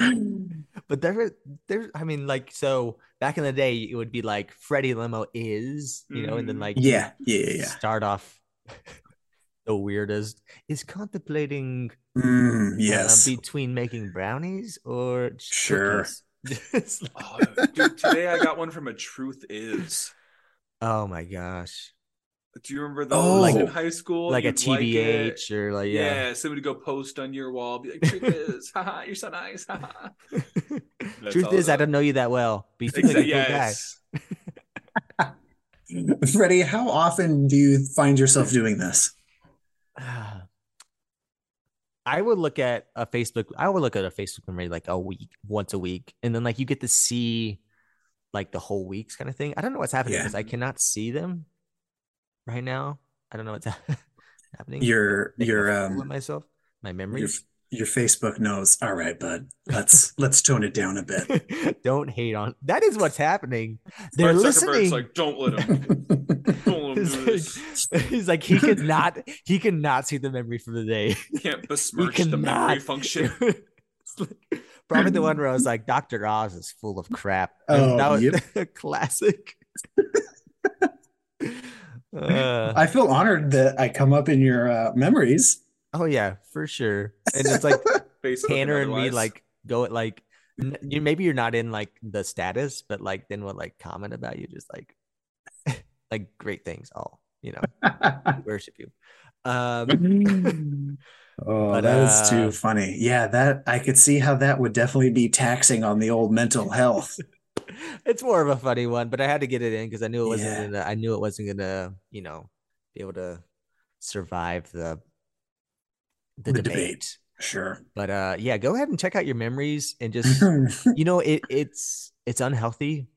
[SPEAKER 2] But there, there. I mean, like so back in the day, it would be like Freddie Limo is, you know, and then
[SPEAKER 4] Mhm.
[SPEAKER 2] like
[SPEAKER 3] Mm, Yeah. Yeah. Yeah.
[SPEAKER 2] start off the weirdest is contemplating
[SPEAKER 3] yeah. Mm,
[SPEAKER 2] uh,
[SPEAKER 3] yes.
[SPEAKER 2] between making brownies or
[SPEAKER 3] Sure.
[SPEAKER 2] cookies. It's like-
[SPEAKER 4] Oh, dude, today I got one from a Truth Is.
[SPEAKER 2] oh my gosh.
[SPEAKER 4] Do you remember those
[SPEAKER 3] Oh.
[SPEAKER 4] like in high school?
[SPEAKER 2] like a
[SPEAKER 4] You'd like
[SPEAKER 2] TBH
[SPEAKER 4] it.
[SPEAKER 2] or like yeah.
[SPEAKER 4] yeah, somebody go post on your wall, be like, "Truth is, haha, you're so nice, haha." That's
[SPEAKER 2] Truth
[SPEAKER 4] all
[SPEAKER 2] is, I
[SPEAKER 4] that-
[SPEAKER 2] don't know you that well, but you seem like a
[SPEAKER 4] Exactly.
[SPEAKER 2] cool
[SPEAKER 4] Yes.
[SPEAKER 3] Freddie, how often do you find yourself doing this?
[SPEAKER 2] guy. I would look at a Facebook. I would look at a Facebook memory like a week, once a week, and then like you get to see like the whole week's kind of thing. I don't know what's happening
[SPEAKER 3] Yeah.
[SPEAKER 2] because I cannot see them right now. I don't know what's happening.
[SPEAKER 3] Your
[SPEAKER 2] Making a
[SPEAKER 3] your
[SPEAKER 2] fool of
[SPEAKER 3] um
[SPEAKER 2] myself, my
[SPEAKER 3] your,
[SPEAKER 2] memories.
[SPEAKER 3] your Facebook knows. All right, bud. Let's let's tone it down a bit.
[SPEAKER 2] don't hate on. That is what's happening. They're
[SPEAKER 4] Mark Zuckerberg's
[SPEAKER 2] listening.
[SPEAKER 4] like, don't let him. Don't let him do
[SPEAKER 2] He's
[SPEAKER 4] this.
[SPEAKER 2] like, he's like, he could not he could not see the memory for the day.
[SPEAKER 4] You can't besmirch the memory
[SPEAKER 2] cannot.
[SPEAKER 4] function.
[SPEAKER 2] It's like- Probably the one where I was like, Dr. Oz is full of crap.
[SPEAKER 3] Oh,
[SPEAKER 2] that was a classic. Uh,
[SPEAKER 3] I feel honored that I come up in your uh, memories.
[SPEAKER 2] Oh yeah, for sure. And it's like
[SPEAKER 4] Face
[SPEAKER 2] Tanner and me
[SPEAKER 4] otherwise.
[SPEAKER 2] like go at like n- you maybe you're not in like the status, but like then we'll like comment about you just like like great things all, you know, we worship you. Um
[SPEAKER 3] Oh,
[SPEAKER 2] But,
[SPEAKER 3] that is
[SPEAKER 2] uh,
[SPEAKER 3] too funny. Yeah, that I could see how that would definitely be taxing on the old mental health.
[SPEAKER 2] it's more of a funny one, but I had to get it in because I knew it wasn't
[SPEAKER 3] Yeah.
[SPEAKER 2] gonna I knew it wasn't gonna, you know, be able to survive the the,
[SPEAKER 3] The
[SPEAKER 2] debate.
[SPEAKER 3] debate. Sure.
[SPEAKER 2] But uh yeah, go ahead and check out your memories and just you know it it's it's unhealthy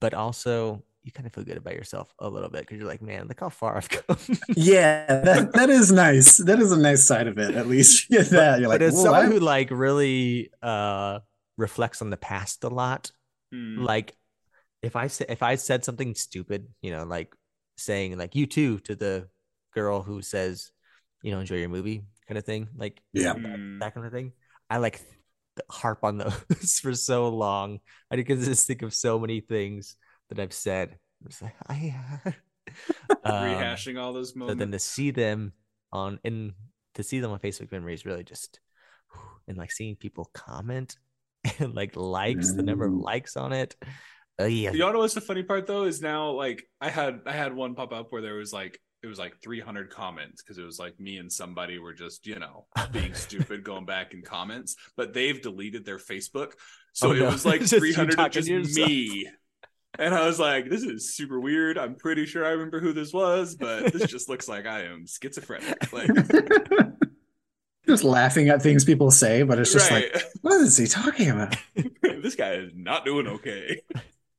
[SPEAKER 2] but also you kind of feel good about yourself a little bit because you're like man look how far i've come
[SPEAKER 3] yeah, that, that is nice. That is a nice side of it, at least. You get that. You're like,
[SPEAKER 2] but as
[SPEAKER 3] "Whoa,
[SPEAKER 2] someone
[SPEAKER 3] I-
[SPEAKER 2] who like really uh reflects on the past a lot
[SPEAKER 4] Hmm.
[SPEAKER 2] like if i said if i said something stupid you know like saying like you too to the girl who says you know enjoy your movie kind of thing like
[SPEAKER 3] Yeah.
[SPEAKER 4] Hmm.
[SPEAKER 2] that kind of thing. I like th- harp on those for so long. I can just think of so many things that I've said. I'm just like, I, Um,
[SPEAKER 4] rehashing all those
[SPEAKER 2] So
[SPEAKER 4] moments.
[SPEAKER 2] then to see them on and to see them on Facebook memories really just whew, and like seeing people comment and like likes the number of
[SPEAKER 3] Mm.
[SPEAKER 2] likes on it. Oh yeah,
[SPEAKER 4] You all know what's the funny part though is now like I had I had one pop up where there was like it was like 300 comments because it was like me and somebody were just you know being stupid going back in comments, but they've deleted their Facebook, so
[SPEAKER 2] Oh,
[SPEAKER 4] it
[SPEAKER 2] no.
[SPEAKER 4] was like
[SPEAKER 2] Just you
[SPEAKER 4] 300 of
[SPEAKER 2] talking
[SPEAKER 4] just
[SPEAKER 2] to yourself.
[SPEAKER 4] me. And I was like, "This is super weird. I'm pretty sure I remember who this was, but this just looks like I am schizophrenic." Like,
[SPEAKER 3] just laughing at things people say, but it's just
[SPEAKER 4] right?
[SPEAKER 3] like, what is he talking about?
[SPEAKER 4] this guy is not doing okay.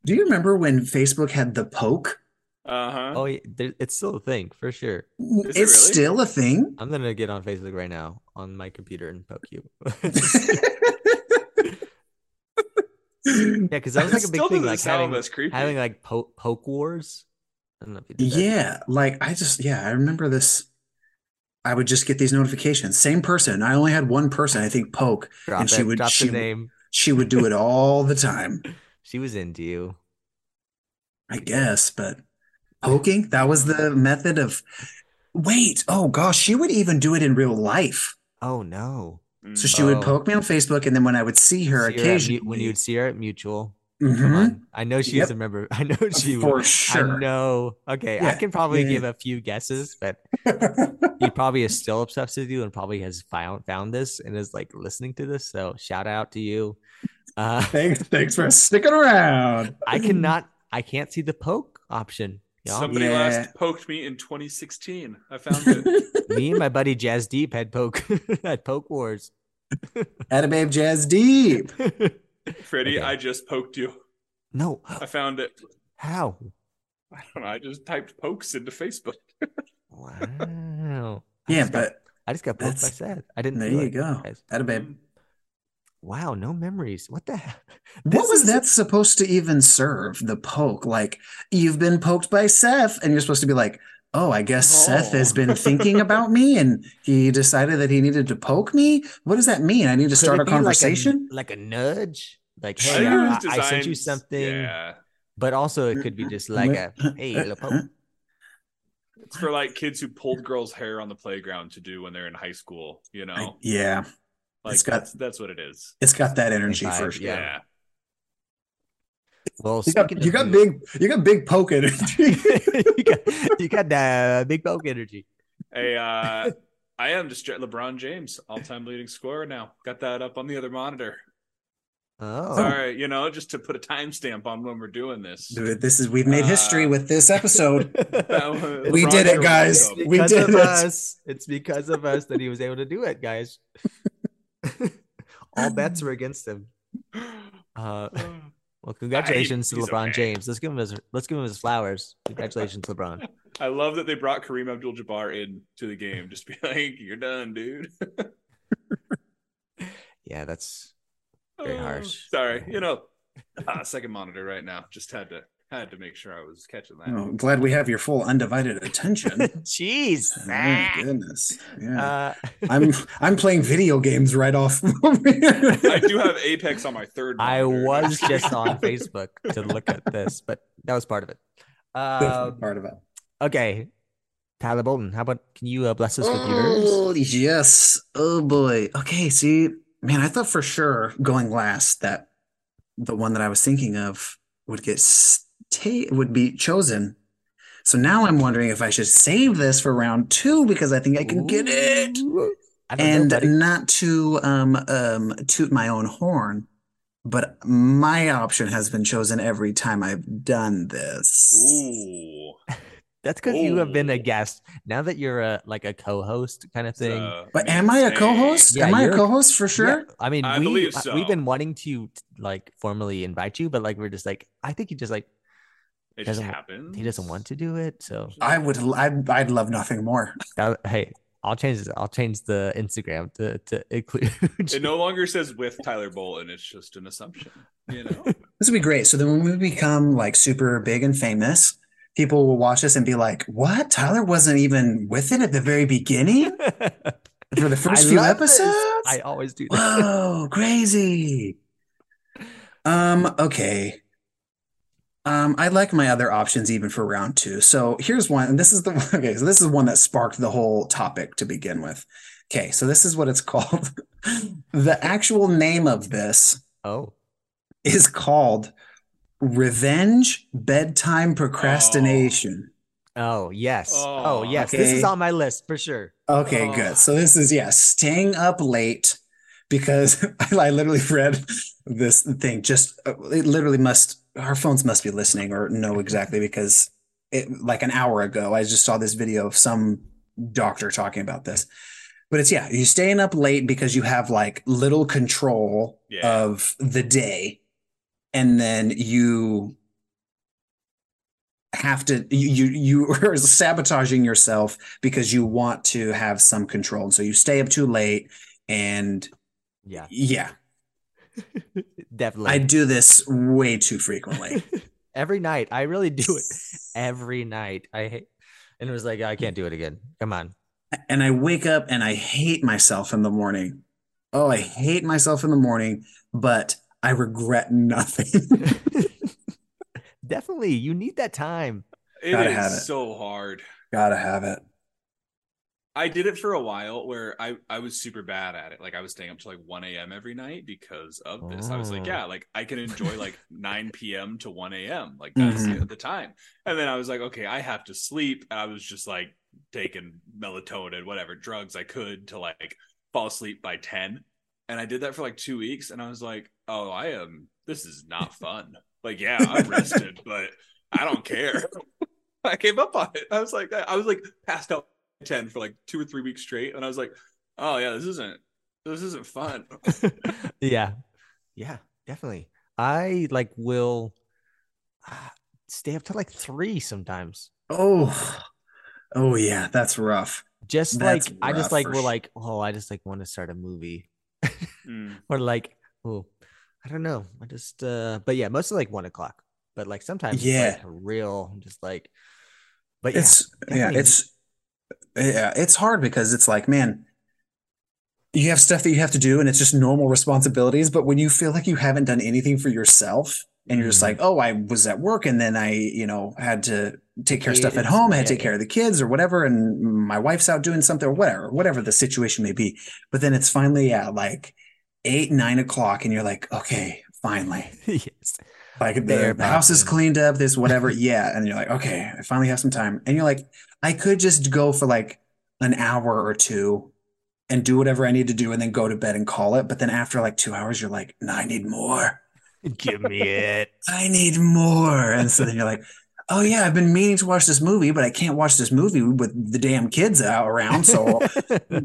[SPEAKER 3] Do you remember when Facebook had the poke?
[SPEAKER 4] Uh huh.
[SPEAKER 2] oh yeah, there, it's still a thing for sure.
[SPEAKER 3] It's
[SPEAKER 4] it really?
[SPEAKER 3] still a thing.
[SPEAKER 2] I'm gonna get on Facebook right now on my computer and poke you. yeah, because that was like a big
[SPEAKER 4] Still
[SPEAKER 2] thing,
[SPEAKER 4] doesn't
[SPEAKER 2] like
[SPEAKER 4] sound
[SPEAKER 2] having
[SPEAKER 4] as creepy.
[SPEAKER 2] having like po- poke wars. I don't know if you did that.
[SPEAKER 3] yeah, like I just yeah, I remember this. I would just get these notifications. Same person. I only had one person, I think poke.
[SPEAKER 2] Drop
[SPEAKER 3] And she
[SPEAKER 2] it,
[SPEAKER 3] would-
[SPEAKER 2] drop
[SPEAKER 3] she
[SPEAKER 2] the
[SPEAKER 3] would-
[SPEAKER 2] name.
[SPEAKER 3] She would do it all the time,
[SPEAKER 2] She was into you.
[SPEAKER 3] I guess, but poking, that was the method of wait, oh gosh, she would even do it in real life.
[SPEAKER 2] Oh no!
[SPEAKER 4] Mm.
[SPEAKER 3] So she would
[SPEAKER 2] Oh.
[SPEAKER 3] poke me on Facebook, and then when I would see her
[SPEAKER 2] See at Mu-
[SPEAKER 3] occasionally,
[SPEAKER 2] when you'd see her at Mutual. Come
[SPEAKER 3] Mhm,
[SPEAKER 2] on. I know she
[SPEAKER 3] Yep.
[SPEAKER 2] is a member. I know she. would.
[SPEAKER 3] for sure.
[SPEAKER 2] I know. Okay, I
[SPEAKER 3] Yeah.
[SPEAKER 2] can probably
[SPEAKER 3] Yeah, yeah.
[SPEAKER 2] give a few guesses, but he probably is still obsessed with you and probably has found found this and is like listening to this. So shout out to you. Uh,
[SPEAKER 3] thanks, thanks for sticking around.
[SPEAKER 2] I cannot. I can't see the poke option. y'all.
[SPEAKER 4] Somebody
[SPEAKER 3] Yeah.
[SPEAKER 4] last poked me in 2016. I found it.
[SPEAKER 2] Me and my buddy Jazz Deep had poke had poke wars.
[SPEAKER 3] Atta babe jazz deep.
[SPEAKER 4] Freddie,
[SPEAKER 2] Okay.
[SPEAKER 4] I just poked you.
[SPEAKER 2] no,
[SPEAKER 4] I found it.
[SPEAKER 2] how?
[SPEAKER 4] I don't know. I just typed pokes into Facebook.
[SPEAKER 2] Wow. I
[SPEAKER 3] Yeah,
[SPEAKER 2] just got-
[SPEAKER 3] but
[SPEAKER 2] I just got poked by
[SPEAKER 3] that's-
[SPEAKER 2] Seth. I didn't.
[SPEAKER 3] there
[SPEAKER 2] feel
[SPEAKER 3] you
[SPEAKER 2] it,
[SPEAKER 3] go.
[SPEAKER 2] guys.
[SPEAKER 3] atta
[SPEAKER 4] Mm.
[SPEAKER 3] babe.
[SPEAKER 2] Wow, no memories. What the hell?
[SPEAKER 3] What was that supposed to even serve? The poke, like you've been poked by Seth, and you're supposed to be like, "Oh, I guess Seth
[SPEAKER 4] Oh.
[SPEAKER 3] has been thinking about me, and he decided that he needed to poke me." What does that mean? I need to start a conversation.
[SPEAKER 2] like a, nudge, like
[SPEAKER 4] I
[SPEAKER 2] hey,
[SPEAKER 4] think it
[SPEAKER 2] I,
[SPEAKER 4] was
[SPEAKER 2] I- I sent you
[SPEAKER 4] designed-
[SPEAKER 2] something,
[SPEAKER 4] Yeah.
[SPEAKER 2] but also it could be just like a hey, oh, little
[SPEAKER 3] Uh,
[SPEAKER 2] poke.
[SPEAKER 4] It's for like kids who pulled girls' hair on the playground to do when they're in high school, you know?
[SPEAKER 3] I-
[SPEAKER 2] Oh.
[SPEAKER 3] yeah,
[SPEAKER 4] like
[SPEAKER 3] it's got-
[SPEAKER 4] that's, that's what it is.
[SPEAKER 3] it's got that energy
[SPEAKER 2] Vibe,
[SPEAKER 3] for sure.
[SPEAKER 2] yeah.
[SPEAKER 4] Yeah.
[SPEAKER 2] Well,
[SPEAKER 3] You got
[SPEAKER 2] speaking
[SPEAKER 3] you
[SPEAKER 2] of
[SPEAKER 3] got
[SPEAKER 2] you-
[SPEAKER 3] big you got big poke energy.
[SPEAKER 2] you got you got that uh, big poke energy.
[SPEAKER 4] Hey, uh, I am just LeBron James, all time leading scorer now. Got that up on the other monitor.
[SPEAKER 2] Oh,
[SPEAKER 4] Sorry, you know, just to put a timestamp on when we're doing this.
[SPEAKER 3] Dude, this is we've made history
[SPEAKER 4] Uh,
[SPEAKER 3] with this episode.
[SPEAKER 4] That was-
[SPEAKER 3] We
[SPEAKER 4] LeBron,
[SPEAKER 3] did it,
[SPEAKER 4] you're
[SPEAKER 3] guys.
[SPEAKER 4] welcome.
[SPEAKER 2] It's
[SPEAKER 3] We
[SPEAKER 2] because
[SPEAKER 3] did
[SPEAKER 2] of
[SPEAKER 3] it.
[SPEAKER 2] us. It's because of us that he was able to do it, guys. All bets were against him. Uh,
[SPEAKER 4] Um,
[SPEAKER 2] well, congratulations to
[SPEAKER 4] he's
[SPEAKER 2] LeBron
[SPEAKER 4] okay.
[SPEAKER 2] James. Let's give him his let's give him his flowers. Congratulations, LeBron.
[SPEAKER 4] I love that they brought Kareem Abdul Jabbar in to the game. Just be like, you're done, dude.
[SPEAKER 2] Yeah, that's Very
[SPEAKER 4] Oh,
[SPEAKER 2] harsh.
[SPEAKER 4] Sorry, you know, uh, second monitor right now. Just had to had to make sure I was catching that.
[SPEAKER 3] Oh, glad we have your full undivided attention. Oh,
[SPEAKER 2] jeez.
[SPEAKER 3] My goodness. Yeah.
[SPEAKER 2] Uh,
[SPEAKER 3] I'm I'm playing video games right off over here.
[SPEAKER 4] I do have Apex on my third.
[SPEAKER 2] I
[SPEAKER 4] monitor.
[SPEAKER 2] was just on Facebook to look at this, but that was part of it.
[SPEAKER 3] That's
[SPEAKER 2] Um,
[SPEAKER 3] part of it.
[SPEAKER 2] okay, Tyler Bolton, how about can you uh, bless us with yours?
[SPEAKER 3] Oh, yes. Oh boy. Okay, see, man, I thought for sure going last that the one that I was thinking of would get sta- would be chosen. So now I'm wondering if I should save this for round two because I think I can get it.
[SPEAKER 2] Ooh. I don't
[SPEAKER 3] And
[SPEAKER 2] know, buddy.
[SPEAKER 3] not to um um toot my own horn, but my option has been chosen every time I've done this.
[SPEAKER 4] Ooh.
[SPEAKER 2] That's because you have been a
[SPEAKER 4] Oh.
[SPEAKER 2] guest. Now that you're a like a co-host kind of thing.
[SPEAKER 4] So,
[SPEAKER 3] But am I a
[SPEAKER 4] hey.
[SPEAKER 3] co-host?
[SPEAKER 2] Yeah,
[SPEAKER 3] am I a
[SPEAKER 2] you're-
[SPEAKER 3] co-host for sure?
[SPEAKER 2] Yeah, I mean,
[SPEAKER 4] I
[SPEAKER 2] we
[SPEAKER 4] believe
[SPEAKER 2] uh,
[SPEAKER 4] so.
[SPEAKER 2] we've been wanting to like formally invite you, but like we're just like I think he just like
[SPEAKER 4] It just
[SPEAKER 2] Doesn't-
[SPEAKER 4] happens.
[SPEAKER 2] he doesn't want to do it. So
[SPEAKER 3] I would. I'd, I'd love nothing more.
[SPEAKER 2] that- hey, I'll change this. I'll change the Instagram to to include.
[SPEAKER 4] It no longer says with Tyler Bolton. It's just an assumption. You know.
[SPEAKER 3] This would be great. So then, when we become like super big and famous, people will watch us and be like, "What? Tyler wasn't even with it at the very beginning for the first
[SPEAKER 2] I
[SPEAKER 3] few
[SPEAKER 2] love this.
[SPEAKER 3] episodes."
[SPEAKER 2] I always do that.
[SPEAKER 3] Whoa, crazy. Um, okay. Um, I like my other options even for round two. So here's one, and this is the okay, so this is one that sparked the whole topic to begin with. Okay, so this is what it's called. the actual name of this
[SPEAKER 2] Oh,
[SPEAKER 3] is called Revenge Bedtime Procrastination.
[SPEAKER 2] oh yes, oh,
[SPEAKER 4] Oh,
[SPEAKER 2] yes. This is
[SPEAKER 3] okay.
[SPEAKER 2] on my list for sure.
[SPEAKER 3] Okay,
[SPEAKER 4] Oh.
[SPEAKER 3] good. So this is yeah, staying up late because I literally read this thing. Just uh, it literally must our phones must be listening or know exactly because it like an hour ago I just saw this video of some doctor talking about this. But it's yeah, you're staying up late because you have like little control
[SPEAKER 4] Yeah.
[SPEAKER 3] of the day, and then you have to you you you are sabotaging yourself because you want to have some control and so you stay up too late and
[SPEAKER 2] Yeah,
[SPEAKER 3] yeah
[SPEAKER 2] definitely.
[SPEAKER 3] i do this way too frequently
[SPEAKER 2] every night. I really do it every night. I hate, and it was like I can't do it again. Come on.
[SPEAKER 3] and i wake up and i hate myself in the morning oh i hate myself in the morning but i regret nothing
[SPEAKER 2] Definitely, you need that time.
[SPEAKER 4] It
[SPEAKER 3] Gotta
[SPEAKER 4] is
[SPEAKER 3] have it.
[SPEAKER 4] so hard.
[SPEAKER 3] gotta have it
[SPEAKER 4] I did it for a while where I, I was super bad at it. Like I was staying up to like 1 a.m. every night because of this. I was
[SPEAKER 2] Oh.
[SPEAKER 4] like, yeah, like I can enjoy like 9 p.m. to 1 a.m. Like that's the- the time. And then I was like, okay, I have to sleep. I was just like taking melatonin, whatever drugs I could to like fall asleep by 10. And I did that for like two weeks. And I was like, oh, I am, this is not fun. like, yeah, I'm rested, but I don't care. I gave up on it. I was like, I was like passed out 10 for like two or three weeks straight and i was like oh yeah this isn't this isn't fun
[SPEAKER 2] yeah, yeah, definitely. I like will uh, stay up till like three sometimes.
[SPEAKER 3] oh oh yeah that's rough
[SPEAKER 2] Just
[SPEAKER 3] That's
[SPEAKER 2] like I just
[SPEAKER 3] rough
[SPEAKER 2] like
[SPEAKER 3] for
[SPEAKER 2] we're
[SPEAKER 3] sure.
[SPEAKER 2] like oh I just like want to start a movie
[SPEAKER 4] Mm.
[SPEAKER 2] or like oh I don't know I just uh but yeah mostly like one o'clock but like sometimes it's,
[SPEAKER 3] Yeah.
[SPEAKER 2] like, real I'm just like but yeah
[SPEAKER 3] it's yeah,
[SPEAKER 2] definitely.
[SPEAKER 3] it's yeah it's hard because it's like man you have stuff that you have to do and it's just normal responsibilities but when you feel like you haven't done anything for yourself and you're just
[SPEAKER 2] Mhm.
[SPEAKER 3] like oh i was at work and then i you know had to take care of stuff at
[SPEAKER 2] Kids,
[SPEAKER 3] home i had to
[SPEAKER 2] yeah,
[SPEAKER 3] take care of the kids or whatever and my wife's out doing something or whatever whatever the situation may be but then it's finally yeah like eight nine o'clock and you're like okay finally
[SPEAKER 2] yes
[SPEAKER 3] like the,
[SPEAKER 2] Bare
[SPEAKER 3] the house is
[SPEAKER 2] bathroom.
[SPEAKER 3] cleaned up this whatever yeah and you're like okay i finally have some time and you're like i could just go for like an hour or two and do whatever i need to do and then go to bed and call it but then after like two hours you're like no i need more
[SPEAKER 2] give me it
[SPEAKER 3] i need more and so then you're like oh yeah i've been meaning to watch this movie but i can't watch this movie with the damn kids out around so i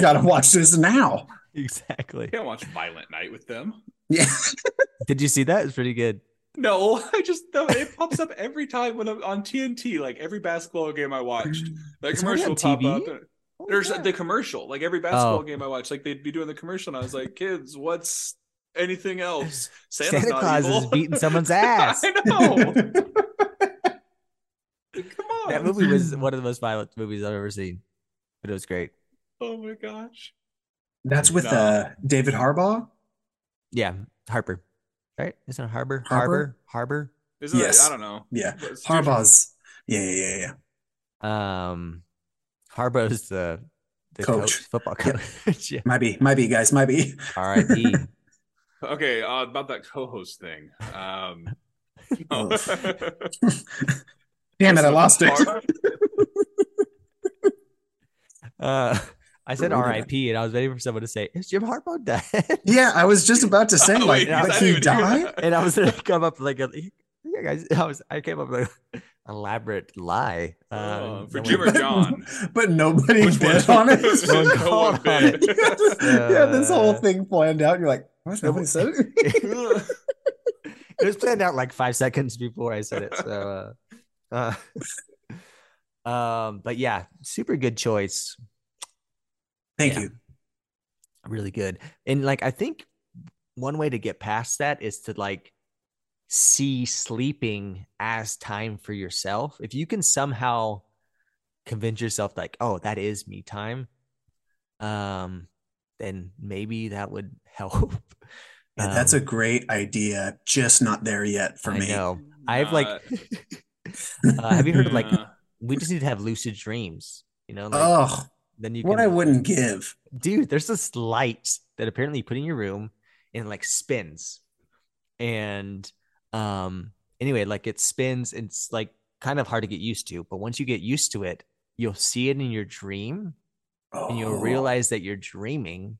[SPEAKER 3] gotta watch this now
[SPEAKER 2] exactly
[SPEAKER 4] i can't watch violent night with them
[SPEAKER 3] yeah
[SPEAKER 2] did you see that it's pretty good
[SPEAKER 4] no i just no, it pops up every time when i'm on tnt like every basketball game i watched that
[SPEAKER 2] It's already
[SPEAKER 4] commercial will
[SPEAKER 2] on
[SPEAKER 4] pop up
[SPEAKER 2] TV?
[SPEAKER 4] and- there's the commercial like every
[SPEAKER 2] Oh.
[SPEAKER 4] basketball game i watch like they'd be doing the commercial and i was like kids what's anything else santa's
[SPEAKER 2] Santa
[SPEAKER 4] not
[SPEAKER 2] Claus
[SPEAKER 4] evil.
[SPEAKER 2] is beating someone's ass
[SPEAKER 4] i know come on
[SPEAKER 2] that movie was one of the most violent movies I've ever seen but it was great
[SPEAKER 4] oh my gosh
[SPEAKER 3] that's with
[SPEAKER 4] No.
[SPEAKER 3] uh david harbaugh
[SPEAKER 2] yeah Harper right isn't it Harbor
[SPEAKER 3] Harper?
[SPEAKER 2] Harbor Harbor
[SPEAKER 4] isn't
[SPEAKER 3] Yes.
[SPEAKER 4] it, i don't know
[SPEAKER 3] yeah
[SPEAKER 4] But it's-
[SPEAKER 3] harbaugh's yeah yeah yeah yeah
[SPEAKER 2] Um, Harbaugh's the, the
[SPEAKER 3] Coach.
[SPEAKER 2] coach. football coach. yeah.
[SPEAKER 3] Might be, might be, guys, might be.
[SPEAKER 2] R.I.P.
[SPEAKER 4] Okay, uh, about that co-host thing. Um,
[SPEAKER 3] Oh. Damn it, I lost it.
[SPEAKER 2] Uh, I said
[SPEAKER 3] Who did I-
[SPEAKER 2] R.I.P. and I was waiting for someone to say, "Is Jim Harbaugh dead?"
[SPEAKER 3] Yeah, I was just about to say,
[SPEAKER 4] Oh,
[SPEAKER 3] like,
[SPEAKER 4] wait,
[SPEAKER 2] yeah,
[SPEAKER 3] but
[SPEAKER 4] I didn't
[SPEAKER 3] he
[SPEAKER 4] even do
[SPEAKER 3] died.
[SPEAKER 4] that.
[SPEAKER 2] and I was gonna come up with like a yeah, guys. I was I came up with an elaborate lie Um,
[SPEAKER 4] Oh,
[SPEAKER 2] no
[SPEAKER 4] for
[SPEAKER 2] one-
[SPEAKER 4] Jim or John?
[SPEAKER 3] But nobody
[SPEAKER 4] Which one?
[SPEAKER 3] bid on it.
[SPEAKER 2] No one
[SPEAKER 4] No one
[SPEAKER 2] called on it.
[SPEAKER 3] you
[SPEAKER 4] bid.
[SPEAKER 3] had this- you had this whole
[SPEAKER 2] Uh,
[SPEAKER 3] thing planned out. and You're like, what? Nobody said it?
[SPEAKER 2] it was planned out like five seconds before I said it. So, uh, uh, um, but yeah, super good choice.
[SPEAKER 3] Thank
[SPEAKER 2] Yeah.
[SPEAKER 3] you.
[SPEAKER 2] Really good. And like, I think one way to get past that is to like see sleeping as time for yourself. If you can somehow convince yourself, like, oh, that is me time, um, then maybe that would help.
[SPEAKER 3] Yeah, that's a
[SPEAKER 2] Um,
[SPEAKER 3] great idea. Just not there yet for
[SPEAKER 2] I
[SPEAKER 3] me.
[SPEAKER 2] know. I've like,
[SPEAKER 4] Uh,
[SPEAKER 2] uh, have you heard of like
[SPEAKER 4] yeah.
[SPEAKER 2] we just need to have lucid dreams. You know, like
[SPEAKER 3] oh,
[SPEAKER 2] then you can.
[SPEAKER 3] what I wouldn't give.
[SPEAKER 2] dude. There's this light that apparently you put in your room and like spins, and um. Anyway, like it spins. It's like kind of hard to get used to, but once you get used to it, you'll see it in your dream,
[SPEAKER 3] Oh,
[SPEAKER 2] and you'll realize that you're dreaming,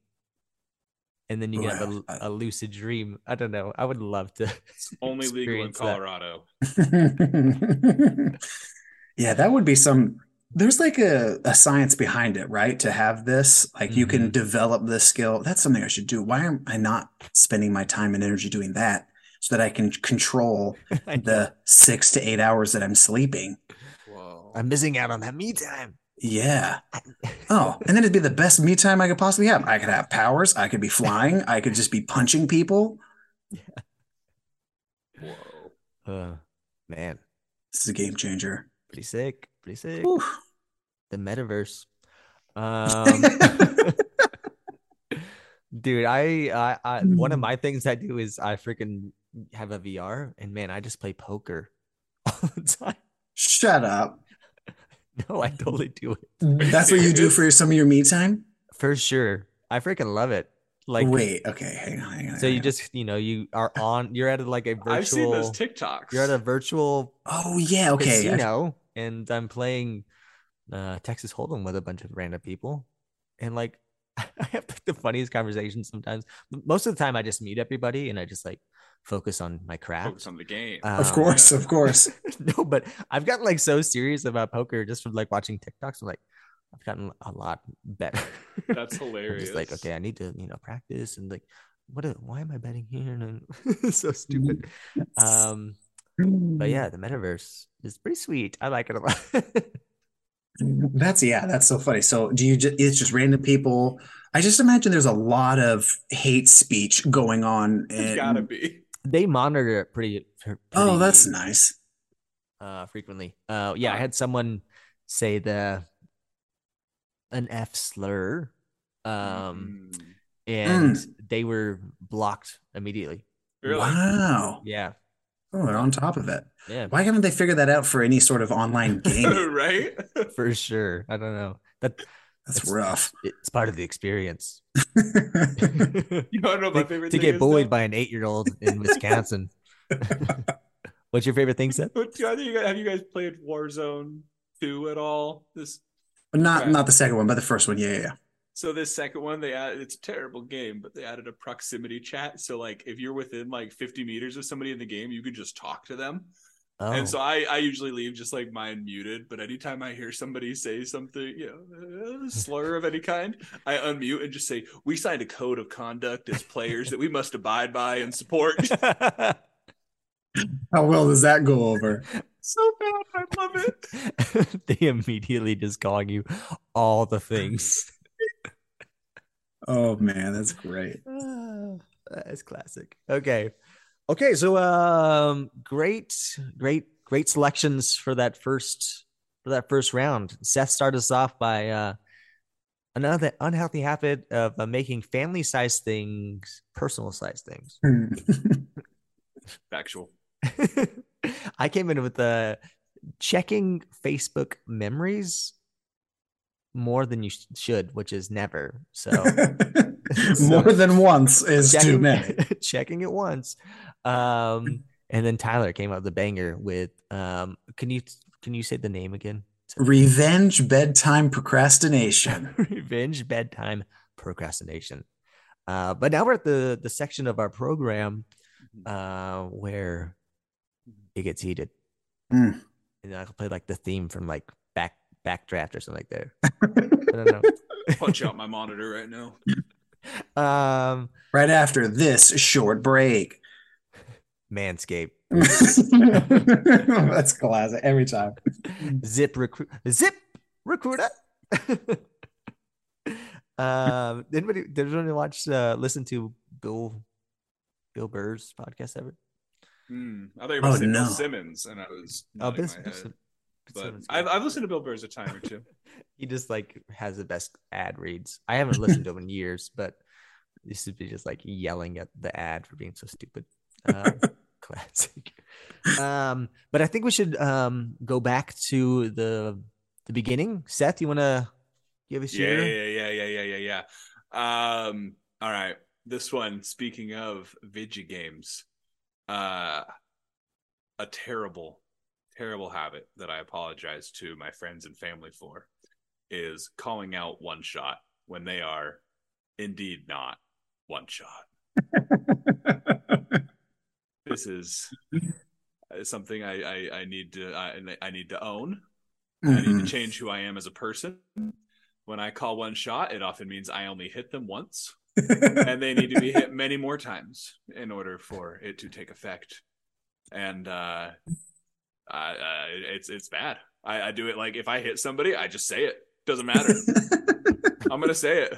[SPEAKER 2] and then you can have
[SPEAKER 3] Wow.
[SPEAKER 2] a, a lucid dream. I don't know. I would love to.
[SPEAKER 4] only legal in
[SPEAKER 2] experience that.
[SPEAKER 4] Colorado.
[SPEAKER 3] yeah, that would be some. There's like a, a science behind it, right? To have this, like you
[SPEAKER 2] Mm-hmm.
[SPEAKER 3] can develop this skill. That's something I should do. Why am I not spending my time and energy doing that so that I can control
[SPEAKER 2] I know.
[SPEAKER 3] the six to eight hours that I'm sleeping?
[SPEAKER 4] Whoa.
[SPEAKER 2] I'm missing out on that me time.
[SPEAKER 3] Yeah. Oh, and then it'd be the best me time I could possibly have. I could have powers. I could be flying. I could just be punching people.
[SPEAKER 4] Whoa.
[SPEAKER 2] Uh, man,
[SPEAKER 3] This is a game changer.
[SPEAKER 2] pretty sick. Pretty sick.
[SPEAKER 3] Whew.
[SPEAKER 2] the metaverse. Um, dude, I, I, I one of
[SPEAKER 3] Hmm.
[SPEAKER 2] my things I do is I freaking have a VR, and man, I just play poker all the time.
[SPEAKER 3] Shut up.
[SPEAKER 2] No, I totally do it
[SPEAKER 4] you
[SPEAKER 3] That's what you do
[SPEAKER 4] serious?
[SPEAKER 3] for your, some of your me time?
[SPEAKER 2] for sure. I freaking love it. Like,
[SPEAKER 3] Wait, okay, hang on, hang on.
[SPEAKER 2] so you
[SPEAKER 3] hang on.
[SPEAKER 2] just you know you are on. You're at like a virtual.
[SPEAKER 4] I've seen those TikToks.
[SPEAKER 2] you're at a virtual
[SPEAKER 3] Oh yeah, okay. I-
[SPEAKER 2] casino, and I'm playing uh, Texas Hold'em with a bunch of random people, and like I have like, the funniest conversations sometimes. M- Most of the time, I just mute everybody and I just like focus on my
[SPEAKER 4] Focus
[SPEAKER 2] craft.
[SPEAKER 4] on the game.
[SPEAKER 3] of
[SPEAKER 2] Um,
[SPEAKER 3] course, of course.
[SPEAKER 2] no, but I've gotten like so serious about poker just from like watching TikToks. I'm like, I've gotten a lot better.
[SPEAKER 4] That's
[SPEAKER 2] I'm
[SPEAKER 4] hilarious.
[SPEAKER 2] just like, okay, I need to you know practice and like, what? a- Why am I betting here? And I'm so stupid. Um, but yeah, the metaverse is pretty sweet. I like it a lot.
[SPEAKER 3] That's yeah, that's so funny. So do you just it's just random people? I just imagine there's a lot of hate speech going on
[SPEAKER 4] It's
[SPEAKER 3] and
[SPEAKER 4] gotta be.
[SPEAKER 2] they monitor it pretty, pr-
[SPEAKER 3] Oh,
[SPEAKER 2] pretty,
[SPEAKER 3] that's nice.
[SPEAKER 2] uh frequently uh yeah i had someone say the an f slur um
[SPEAKER 4] Mm.
[SPEAKER 2] and
[SPEAKER 3] Mm.
[SPEAKER 2] they were blocked immediately
[SPEAKER 4] Really?
[SPEAKER 3] Wow.
[SPEAKER 2] yeah
[SPEAKER 3] Oh, they're on top of it.
[SPEAKER 2] yeah
[SPEAKER 3] Why haven't they figured that out for any sort of online gaming?
[SPEAKER 4] right?
[SPEAKER 2] for sure i don't know that
[SPEAKER 3] That's
[SPEAKER 2] That's-
[SPEAKER 3] rough.
[SPEAKER 2] it's part of the experience
[SPEAKER 3] That's
[SPEAKER 2] to,
[SPEAKER 4] You wanna know my favorite
[SPEAKER 2] to
[SPEAKER 4] thing
[SPEAKER 2] get
[SPEAKER 4] is,
[SPEAKER 2] bullied
[SPEAKER 4] though?
[SPEAKER 2] by an eight-year-old in wisconsin what's your favorite thing seth
[SPEAKER 4] What- I think you guys- Have you guys played Warzone 2 at all? This
[SPEAKER 3] not
[SPEAKER 4] Okay.
[SPEAKER 3] not the second one, but the first one. Yeah, yeah, yeah.
[SPEAKER 4] so this second one they added it's a terrible game, but they added a proximity chat. So like if you're within like 50 meters of somebody in the game, you can just talk to them.
[SPEAKER 2] oh
[SPEAKER 4] And so I, I usually leave just like mine muted, but anytime I hear somebody say something, you know, a slur of any kind, I unmute and just say, "We signed a code of conduct as players that we must abide by and support."
[SPEAKER 3] How well does that go over?
[SPEAKER 4] so bad, I love it.
[SPEAKER 2] they immediately just calling you all the things
[SPEAKER 3] Oh man, that's great.
[SPEAKER 2] Ah, that is classic. Okay. Okay, so um great, great, great selections for that first for that first round. Seth started us off by uh another unhealthy habit of uh, making family sized things personal sized things.
[SPEAKER 3] Hmm.
[SPEAKER 4] Factual.
[SPEAKER 2] uh, I came in with the checking Facebook memories more than you sh- should, which is never. So
[SPEAKER 3] More than once is too
[SPEAKER 2] checking,
[SPEAKER 3] many.
[SPEAKER 2] checking it once. Um, and then Tyler came out with a banger with um, can you can you say the name again?
[SPEAKER 3] Revenge bedtime procrastination.
[SPEAKER 2] Revenge bedtime procrastination. Uh, but now we're at the the section of our program uh, where it gets heated.
[SPEAKER 3] Mm.
[SPEAKER 2] And I can play like the theme from like back backdraft or something like that. I don't know.
[SPEAKER 4] Punch out my monitor right now.
[SPEAKER 2] Um,
[SPEAKER 3] Right after this short break.
[SPEAKER 2] Manscaped,
[SPEAKER 3] That's classic every time.
[SPEAKER 2] Zip Recruit, Zip Recruiter. um, did anybody, did anyone watch, uh, listen to Bill, Bill Burr's podcast ever?
[SPEAKER 4] Hmm. I thought you were
[SPEAKER 3] Oh,
[SPEAKER 4] oh, saying
[SPEAKER 3] no.
[SPEAKER 4] Bill Simmons, and I was.
[SPEAKER 2] Oh,
[SPEAKER 4] nodding
[SPEAKER 2] Bill,
[SPEAKER 4] my
[SPEAKER 2] Bill
[SPEAKER 4] head.
[SPEAKER 2] Sim- Bill
[SPEAKER 4] But
[SPEAKER 2] Simmons.
[SPEAKER 4] I've, I've listened to Bill Burr's a time or two.
[SPEAKER 2] he just like has the best ad reads. I haven't listened to him in years, but this would be just like yelling at the ad for being so stupid. Uh, classic. Um, but I think we should um go back to the the beginning. Seth, you want to give us
[SPEAKER 4] Yeah,
[SPEAKER 2] your
[SPEAKER 4] yeah, yeah, yeah, yeah, yeah, yeah. Um, all right. This one, speaking of video games, uh a terrible, terrible habit that I apologize to my friends and family for is calling out one shot when they are indeed not one shot. This is uh, something I, I, I need to I, I need to own. I need to
[SPEAKER 3] Mhm.
[SPEAKER 4] change who I am as a person. When I call one shot, it often means I only hit them once, and they need to be hit many more times in order for it to take effect. And uh, uh, uh, it's it's bad. I, I do it like if I hit somebody, I just say it. Doesn't matter. I'm gonna say it.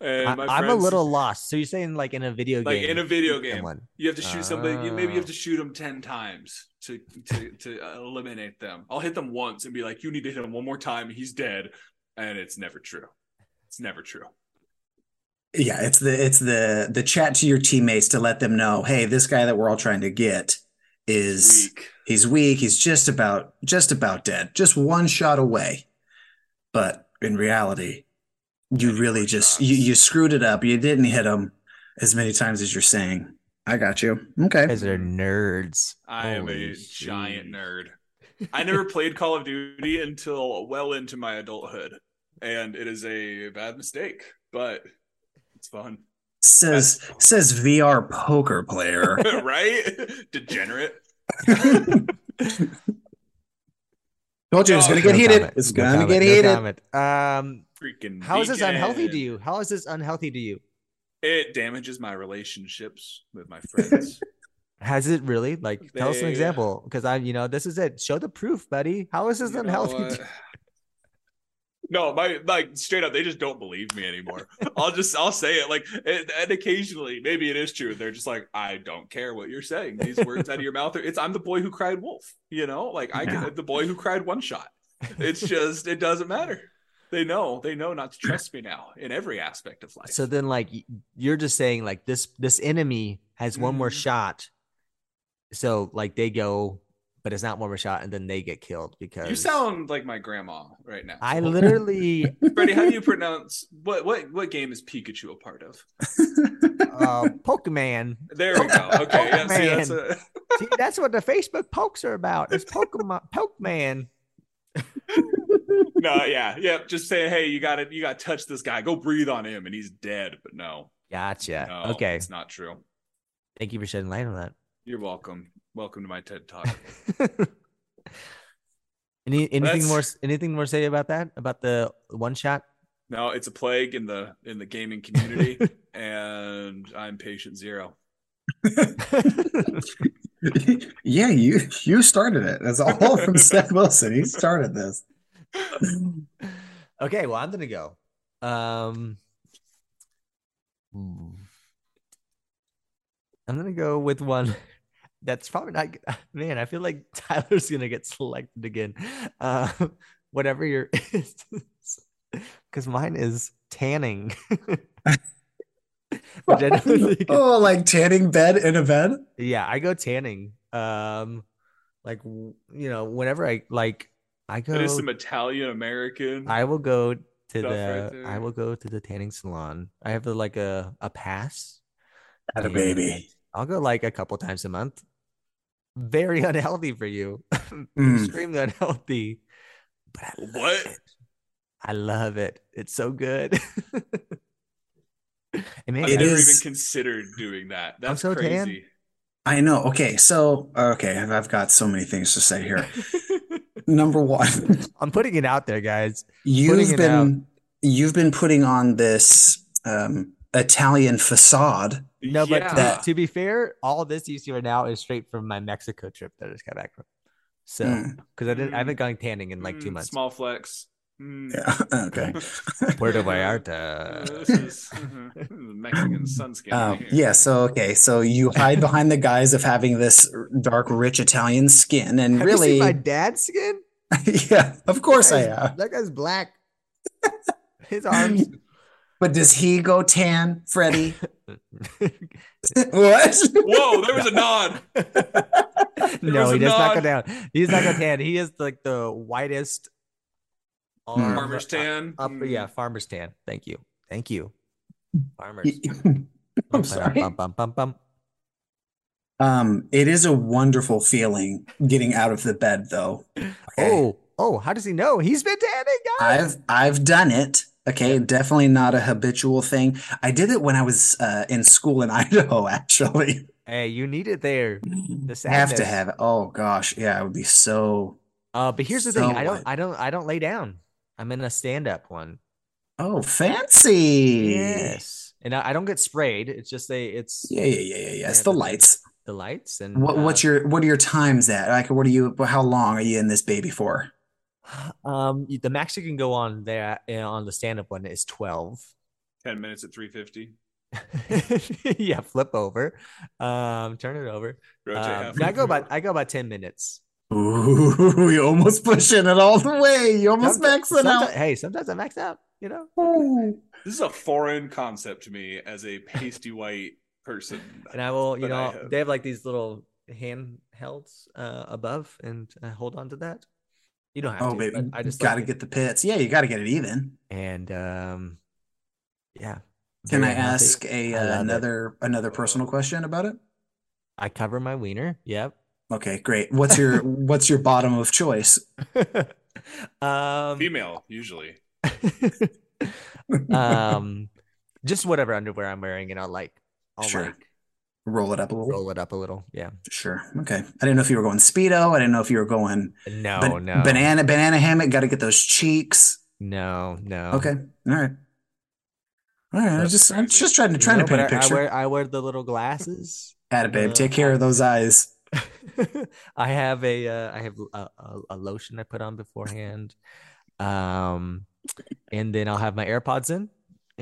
[SPEAKER 4] And my
[SPEAKER 2] I, am a
[SPEAKER 4] friends-
[SPEAKER 2] little lost. So you're saying like in a video
[SPEAKER 4] Like,
[SPEAKER 2] game,
[SPEAKER 4] in a video
[SPEAKER 2] you beat
[SPEAKER 4] game.
[SPEAKER 2] someone.
[SPEAKER 4] You have to shoot somebody. You, maybe you
[SPEAKER 2] Ah.
[SPEAKER 4] have to shoot them ten times to to to eliminate them. I'll hit them once and be like, "You need to hit him one more time. He's dead," and it's never true. It's never true.
[SPEAKER 3] yeah, it's the it's the the chat to your teammates to let them know, hey, this guy that we're all trying to get is
[SPEAKER 4] Weak.
[SPEAKER 3] he's weak, he's just about just about dead, just one shot away. But in reality, you
[SPEAKER 4] Many
[SPEAKER 3] really
[SPEAKER 4] more
[SPEAKER 3] just
[SPEAKER 4] shots.
[SPEAKER 3] you, you screwed it up. You didn't hit him as many times as you're saying. I got you.
[SPEAKER 2] You
[SPEAKER 3] Okay.
[SPEAKER 2] guys are nerds.
[SPEAKER 4] I am
[SPEAKER 2] Holy
[SPEAKER 4] a giant
[SPEAKER 2] shoes.
[SPEAKER 4] nerd. I never played Call of Duty until well into my adulthood, and it is a bad mistake, but it's fun,
[SPEAKER 3] Says says VR poker player.
[SPEAKER 4] right? Degenerate.
[SPEAKER 3] Told you it's gonna
[SPEAKER 4] No
[SPEAKER 3] get heated.
[SPEAKER 2] comment.
[SPEAKER 3] It's
[SPEAKER 2] No
[SPEAKER 3] gonna
[SPEAKER 2] comment.
[SPEAKER 3] get
[SPEAKER 2] No
[SPEAKER 3] heated.
[SPEAKER 2] comment. Um,
[SPEAKER 4] Freaking.
[SPEAKER 2] how is this unhealthy to
[SPEAKER 4] vegan.
[SPEAKER 2] you? How is this unhealthy to you?
[SPEAKER 4] It damages my relationships with my friends.
[SPEAKER 2] Has it really? Like, tell us an
[SPEAKER 4] They- uh,
[SPEAKER 2] example, because I'm, you know, this is it. Show the proof, buddy. How is this
[SPEAKER 4] You know
[SPEAKER 2] unhealthy?
[SPEAKER 4] what?
[SPEAKER 2] to-
[SPEAKER 4] No, my like straight up, they just don't believe me anymore. I'll just I'll say it like, and, and occasionally maybe it is true. They're just like, I don't care what you're saying. These words out of your mouth are it's I'm the boy who cried wolf. You know, like I
[SPEAKER 3] Yeah.
[SPEAKER 4] can the boy who cried one shot. It's just it doesn't matter. They know they know not to trust me now in every aspect of life.
[SPEAKER 2] So then, like, y- you're just saying like this this enemy has one more
[SPEAKER 4] Mhm.
[SPEAKER 2] shot. So like they go, but it's not one more shot, and then they get killed because
[SPEAKER 4] you sound like my grandma right now.
[SPEAKER 2] I literally
[SPEAKER 4] Freddie, how do you pronounce what what what game is Pikachu a part of?
[SPEAKER 2] uh, Pokemon.
[SPEAKER 4] There we go. Okay, yeah, see, that's
[SPEAKER 2] Man.
[SPEAKER 4] a,
[SPEAKER 2] See, that's what the Facebook pokes are about. It's Pokemon, Pokemon.
[SPEAKER 4] no, yeah, yeah. Just saying, hey, you got to you got to touch this guy. Go breathe on him, and he's dead. But no,
[SPEAKER 2] Gotcha.
[SPEAKER 4] no,
[SPEAKER 2] okay,
[SPEAKER 4] it's not true.
[SPEAKER 2] thank you for shedding light on that.
[SPEAKER 4] You're welcome. Welcome to my TED talk.
[SPEAKER 2] Any anything
[SPEAKER 4] That's-
[SPEAKER 2] more? Anything more to say about that? About the one shot?
[SPEAKER 4] no, it's a plague in the in the gaming community, and I'm patient zero.
[SPEAKER 3] yeah, you you started it. That's all from Seth Wilson. He started this.
[SPEAKER 2] okay, well I'm gonna go. Um, hmm. I'm gonna go with one that's probably not. g- Man, I feel like Tyler's gonna get selected again. Uh, whatever your, because mine is tanning. Which I don't think-
[SPEAKER 3] oh, like tanning bed in a bed.
[SPEAKER 2] Yeah, I go tanning. Um, like w- you know, whenever I like, I
[SPEAKER 4] It
[SPEAKER 2] go.
[SPEAKER 4] is some Italian American.
[SPEAKER 2] I will go to
[SPEAKER 4] Stuff
[SPEAKER 2] the
[SPEAKER 4] right there.
[SPEAKER 2] I will go to the tanning salon. I have the, like a a pass.
[SPEAKER 3] Had a
[SPEAKER 2] and
[SPEAKER 3] baby.
[SPEAKER 2] I'll go like a couple times a month. Very unhealthy for you.
[SPEAKER 3] Mm.
[SPEAKER 2] Extremely unhealthy. But I love
[SPEAKER 4] What?
[SPEAKER 2] it. I love it. It's so good. it
[SPEAKER 4] I've
[SPEAKER 2] makes
[SPEAKER 3] It
[SPEAKER 4] never
[SPEAKER 3] is-
[SPEAKER 4] even considered doing that. That's
[SPEAKER 2] so tan.
[SPEAKER 4] crazy.
[SPEAKER 3] I know. Okay, so okay, I've- I've got so many things to say here. Number one,
[SPEAKER 2] I'm putting it out there, guys.
[SPEAKER 3] you've
[SPEAKER 2] it
[SPEAKER 3] been
[SPEAKER 2] out.
[SPEAKER 3] you've been putting on this um, Italian facade.
[SPEAKER 2] No, but to-
[SPEAKER 4] Yeah.
[SPEAKER 2] to, be fair, all this you see right now is straight from my Mexico trip that I just got back from. So,
[SPEAKER 3] Mm.
[SPEAKER 2] because I didn't, I
[SPEAKER 4] Mm.
[SPEAKER 2] haven't gone tanning in like two
[SPEAKER 4] Mm,
[SPEAKER 2] months.
[SPEAKER 4] Small flex. Mm.
[SPEAKER 3] Yeah. Okay.
[SPEAKER 2] Puerto
[SPEAKER 4] Uh,
[SPEAKER 2] Vallarta.
[SPEAKER 4] this is uh, this is Mexican sunscreen.
[SPEAKER 3] Um,
[SPEAKER 4] right here.
[SPEAKER 3] yeah, so okay, so you hide behind the guise of having this dark, rich Italian skin, and
[SPEAKER 2] Have you
[SPEAKER 3] really,
[SPEAKER 2] seen my dad's skin?
[SPEAKER 3] yeah, of course I
[SPEAKER 2] That guy's-
[SPEAKER 3] have.
[SPEAKER 2] That guy's black. His arms.
[SPEAKER 3] But does he go tan, Freddie? what?
[SPEAKER 4] Whoa, there was a nod.
[SPEAKER 2] no,
[SPEAKER 4] was
[SPEAKER 2] he
[SPEAKER 4] a
[SPEAKER 2] does not go
[SPEAKER 4] nod.
[SPEAKER 2] down. He's not go tan. He is like the whitest. arm-
[SPEAKER 4] Farmer's tan.
[SPEAKER 2] Up,
[SPEAKER 4] Mm.
[SPEAKER 2] Uh, yeah, farmer's tan. Thank you. Thank you. Farmers.
[SPEAKER 3] I'm
[SPEAKER 2] Bum,
[SPEAKER 3] sorry.
[SPEAKER 2] bum, bum, bum, bum.
[SPEAKER 3] Um, it is a wonderful feeling getting out of the bed, though. Okay.
[SPEAKER 2] Oh, oh, how does he know? He's been tanning, guys.
[SPEAKER 3] I've I've done it. Okay, definitely not a habitual thing. I did it when I was uh, in school in Idaho, actually.
[SPEAKER 2] Hey, you need it there. The
[SPEAKER 3] Have to
[SPEAKER 2] sadness.
[SPEAKER 3] have it. Oh gosh, yeah, it would be so.
[SPEAKER 2] Uh, but here's the
[SPEAKER 3] So
[SPEAKER 2] thing. I don't,
[SPEAKER 3] what?
[SPEAKER 2] I don't, I don't lay down. I'm in a stand-up one.
[SPEAKER 3] Oh, fancy.
[SPEAKER 2] Yes, and I, I don't get sprayed. It's just they, it's
[SPEAKER 3] Yeah, yeah, yeah, yeah, yeah. It's
[SPEAKER 2] Yeah,
[SPEAKER 3] the
[SPEAKER 2] the-
[SPEAKER 3] lights.
[SPEAKER 2] the lights and uh,
[SPEAKER 3] What what's your what are your times at? Like, what are you? How long are you in this baby for?
[SPEAKER 2] your um you- the max you can go on there uh, on the stand-up one is twelve.
[SPEAKER 4] Ten minutes at three fifty.
[SPEAKER 2] yeah, flip over, um, turn it over.
[SPEAKER 4] Rotate.
[SPEAKER 2] Um,
[SPEAKER 4] halfway
[SPEAKER 2] I go
[SPEAKER 4] through.
[SPEAKER 2] about, I go about ten minutes.
[SPEAKER 3] Ooh, you almost pushing it all the way. You almost
[SPEAKER 2] Someti-
[SPEAKER 3] maxing
[SPEAKER 2] someti-
[SPEAKER 3] out. Oh,
[SPEAKER 2] Hey, sometimes I max out. You know,
[SPEAKER 3] Ooh.
[SPEAKER 4] This is a foreign concept to me as a pasty white person.
[SPEAKER 2] and I will, you
[SPEAKER 4] But I
[SPEAKER 2] know,
[SPEAKER 4] have-
[SPEAKER 2] they have like these little handhelds uh, above, and I hold on to that. You don't have
[SPEAKER 3] Oh,
[SPEAKER 2] to.
[SPEAKER 3] baby,
[SPEAKER 2] but I just
[SPEAKER 3] gotta
[SPEAKER 2] like it.
[SPEAKER 3] get the pits. Yeah, you gotta get it even.
[SPEAKER 2] and um, yeah.
[SPEAKER 3] Can
[SPEAKER 2] very
[SPEAKER 3] I
[SPEAKER 2] healthy.
[SPEAKER 3] ask a
[SPEAKER 2] I love
[SPEAKER 3] uh,
[SPEAKER 2] it.
[SPEAKER 3] another another personal question about it?
[SPEAKER 2] I cover my wiener. Yep.
[SPEAKER 3] Okay, great. What's your what's your bottom of choice?
[SPEAKER 2] um,
[SPEAKER 4] Female usually.
[SPEAKER 2] um, just whatever underwear I'm wearing, and I'll like, I'll
[SPEAKER 3] Sure.
[SPEAKER 2] like
[SPEAKER 3] Roll it up a little.
[SPEAKER 2] roll it up a little. Yeah.
[SPEAKER 3] Sure. Okay. I didn't know if you were going speedo. I didn't know if you were going
[SPEAKER 2] No,
[SPEAKER 3] ban-
[SPEAKER 2] no,
[SPEAKER 3] banana banana hammock. Got to get those cheeks.
[SPEAKER 2] no, no.
[SPEAKER 3] Okay. All right. All right. I
[SPEAKER 4] That's
[SPEAKER 3] just I'm
[SPEAKER 4] crazy.
[SPEAKER 3] just trying to
[SPEAKER 2] You
[SPEAKER 3] trying
[SPEAKER 2] know,
[SPEAKER 3] to
[SPEAKER 2] but
[SPEAKER 3] paint a
[SPEAKER 2] I- I
[SPEAKER 3] picture.
[SPEAKER 2] wear, I wear the little glasses.
[SPEAKER 3] At it, babe.
[SPEAKER 2] uh,
[SPEAKER 3] Take care of those eyes.
[SPEAKER 2] I have a uh, I have a, a, a lotion I put on beforehand, um, and then I'll have my AirPods in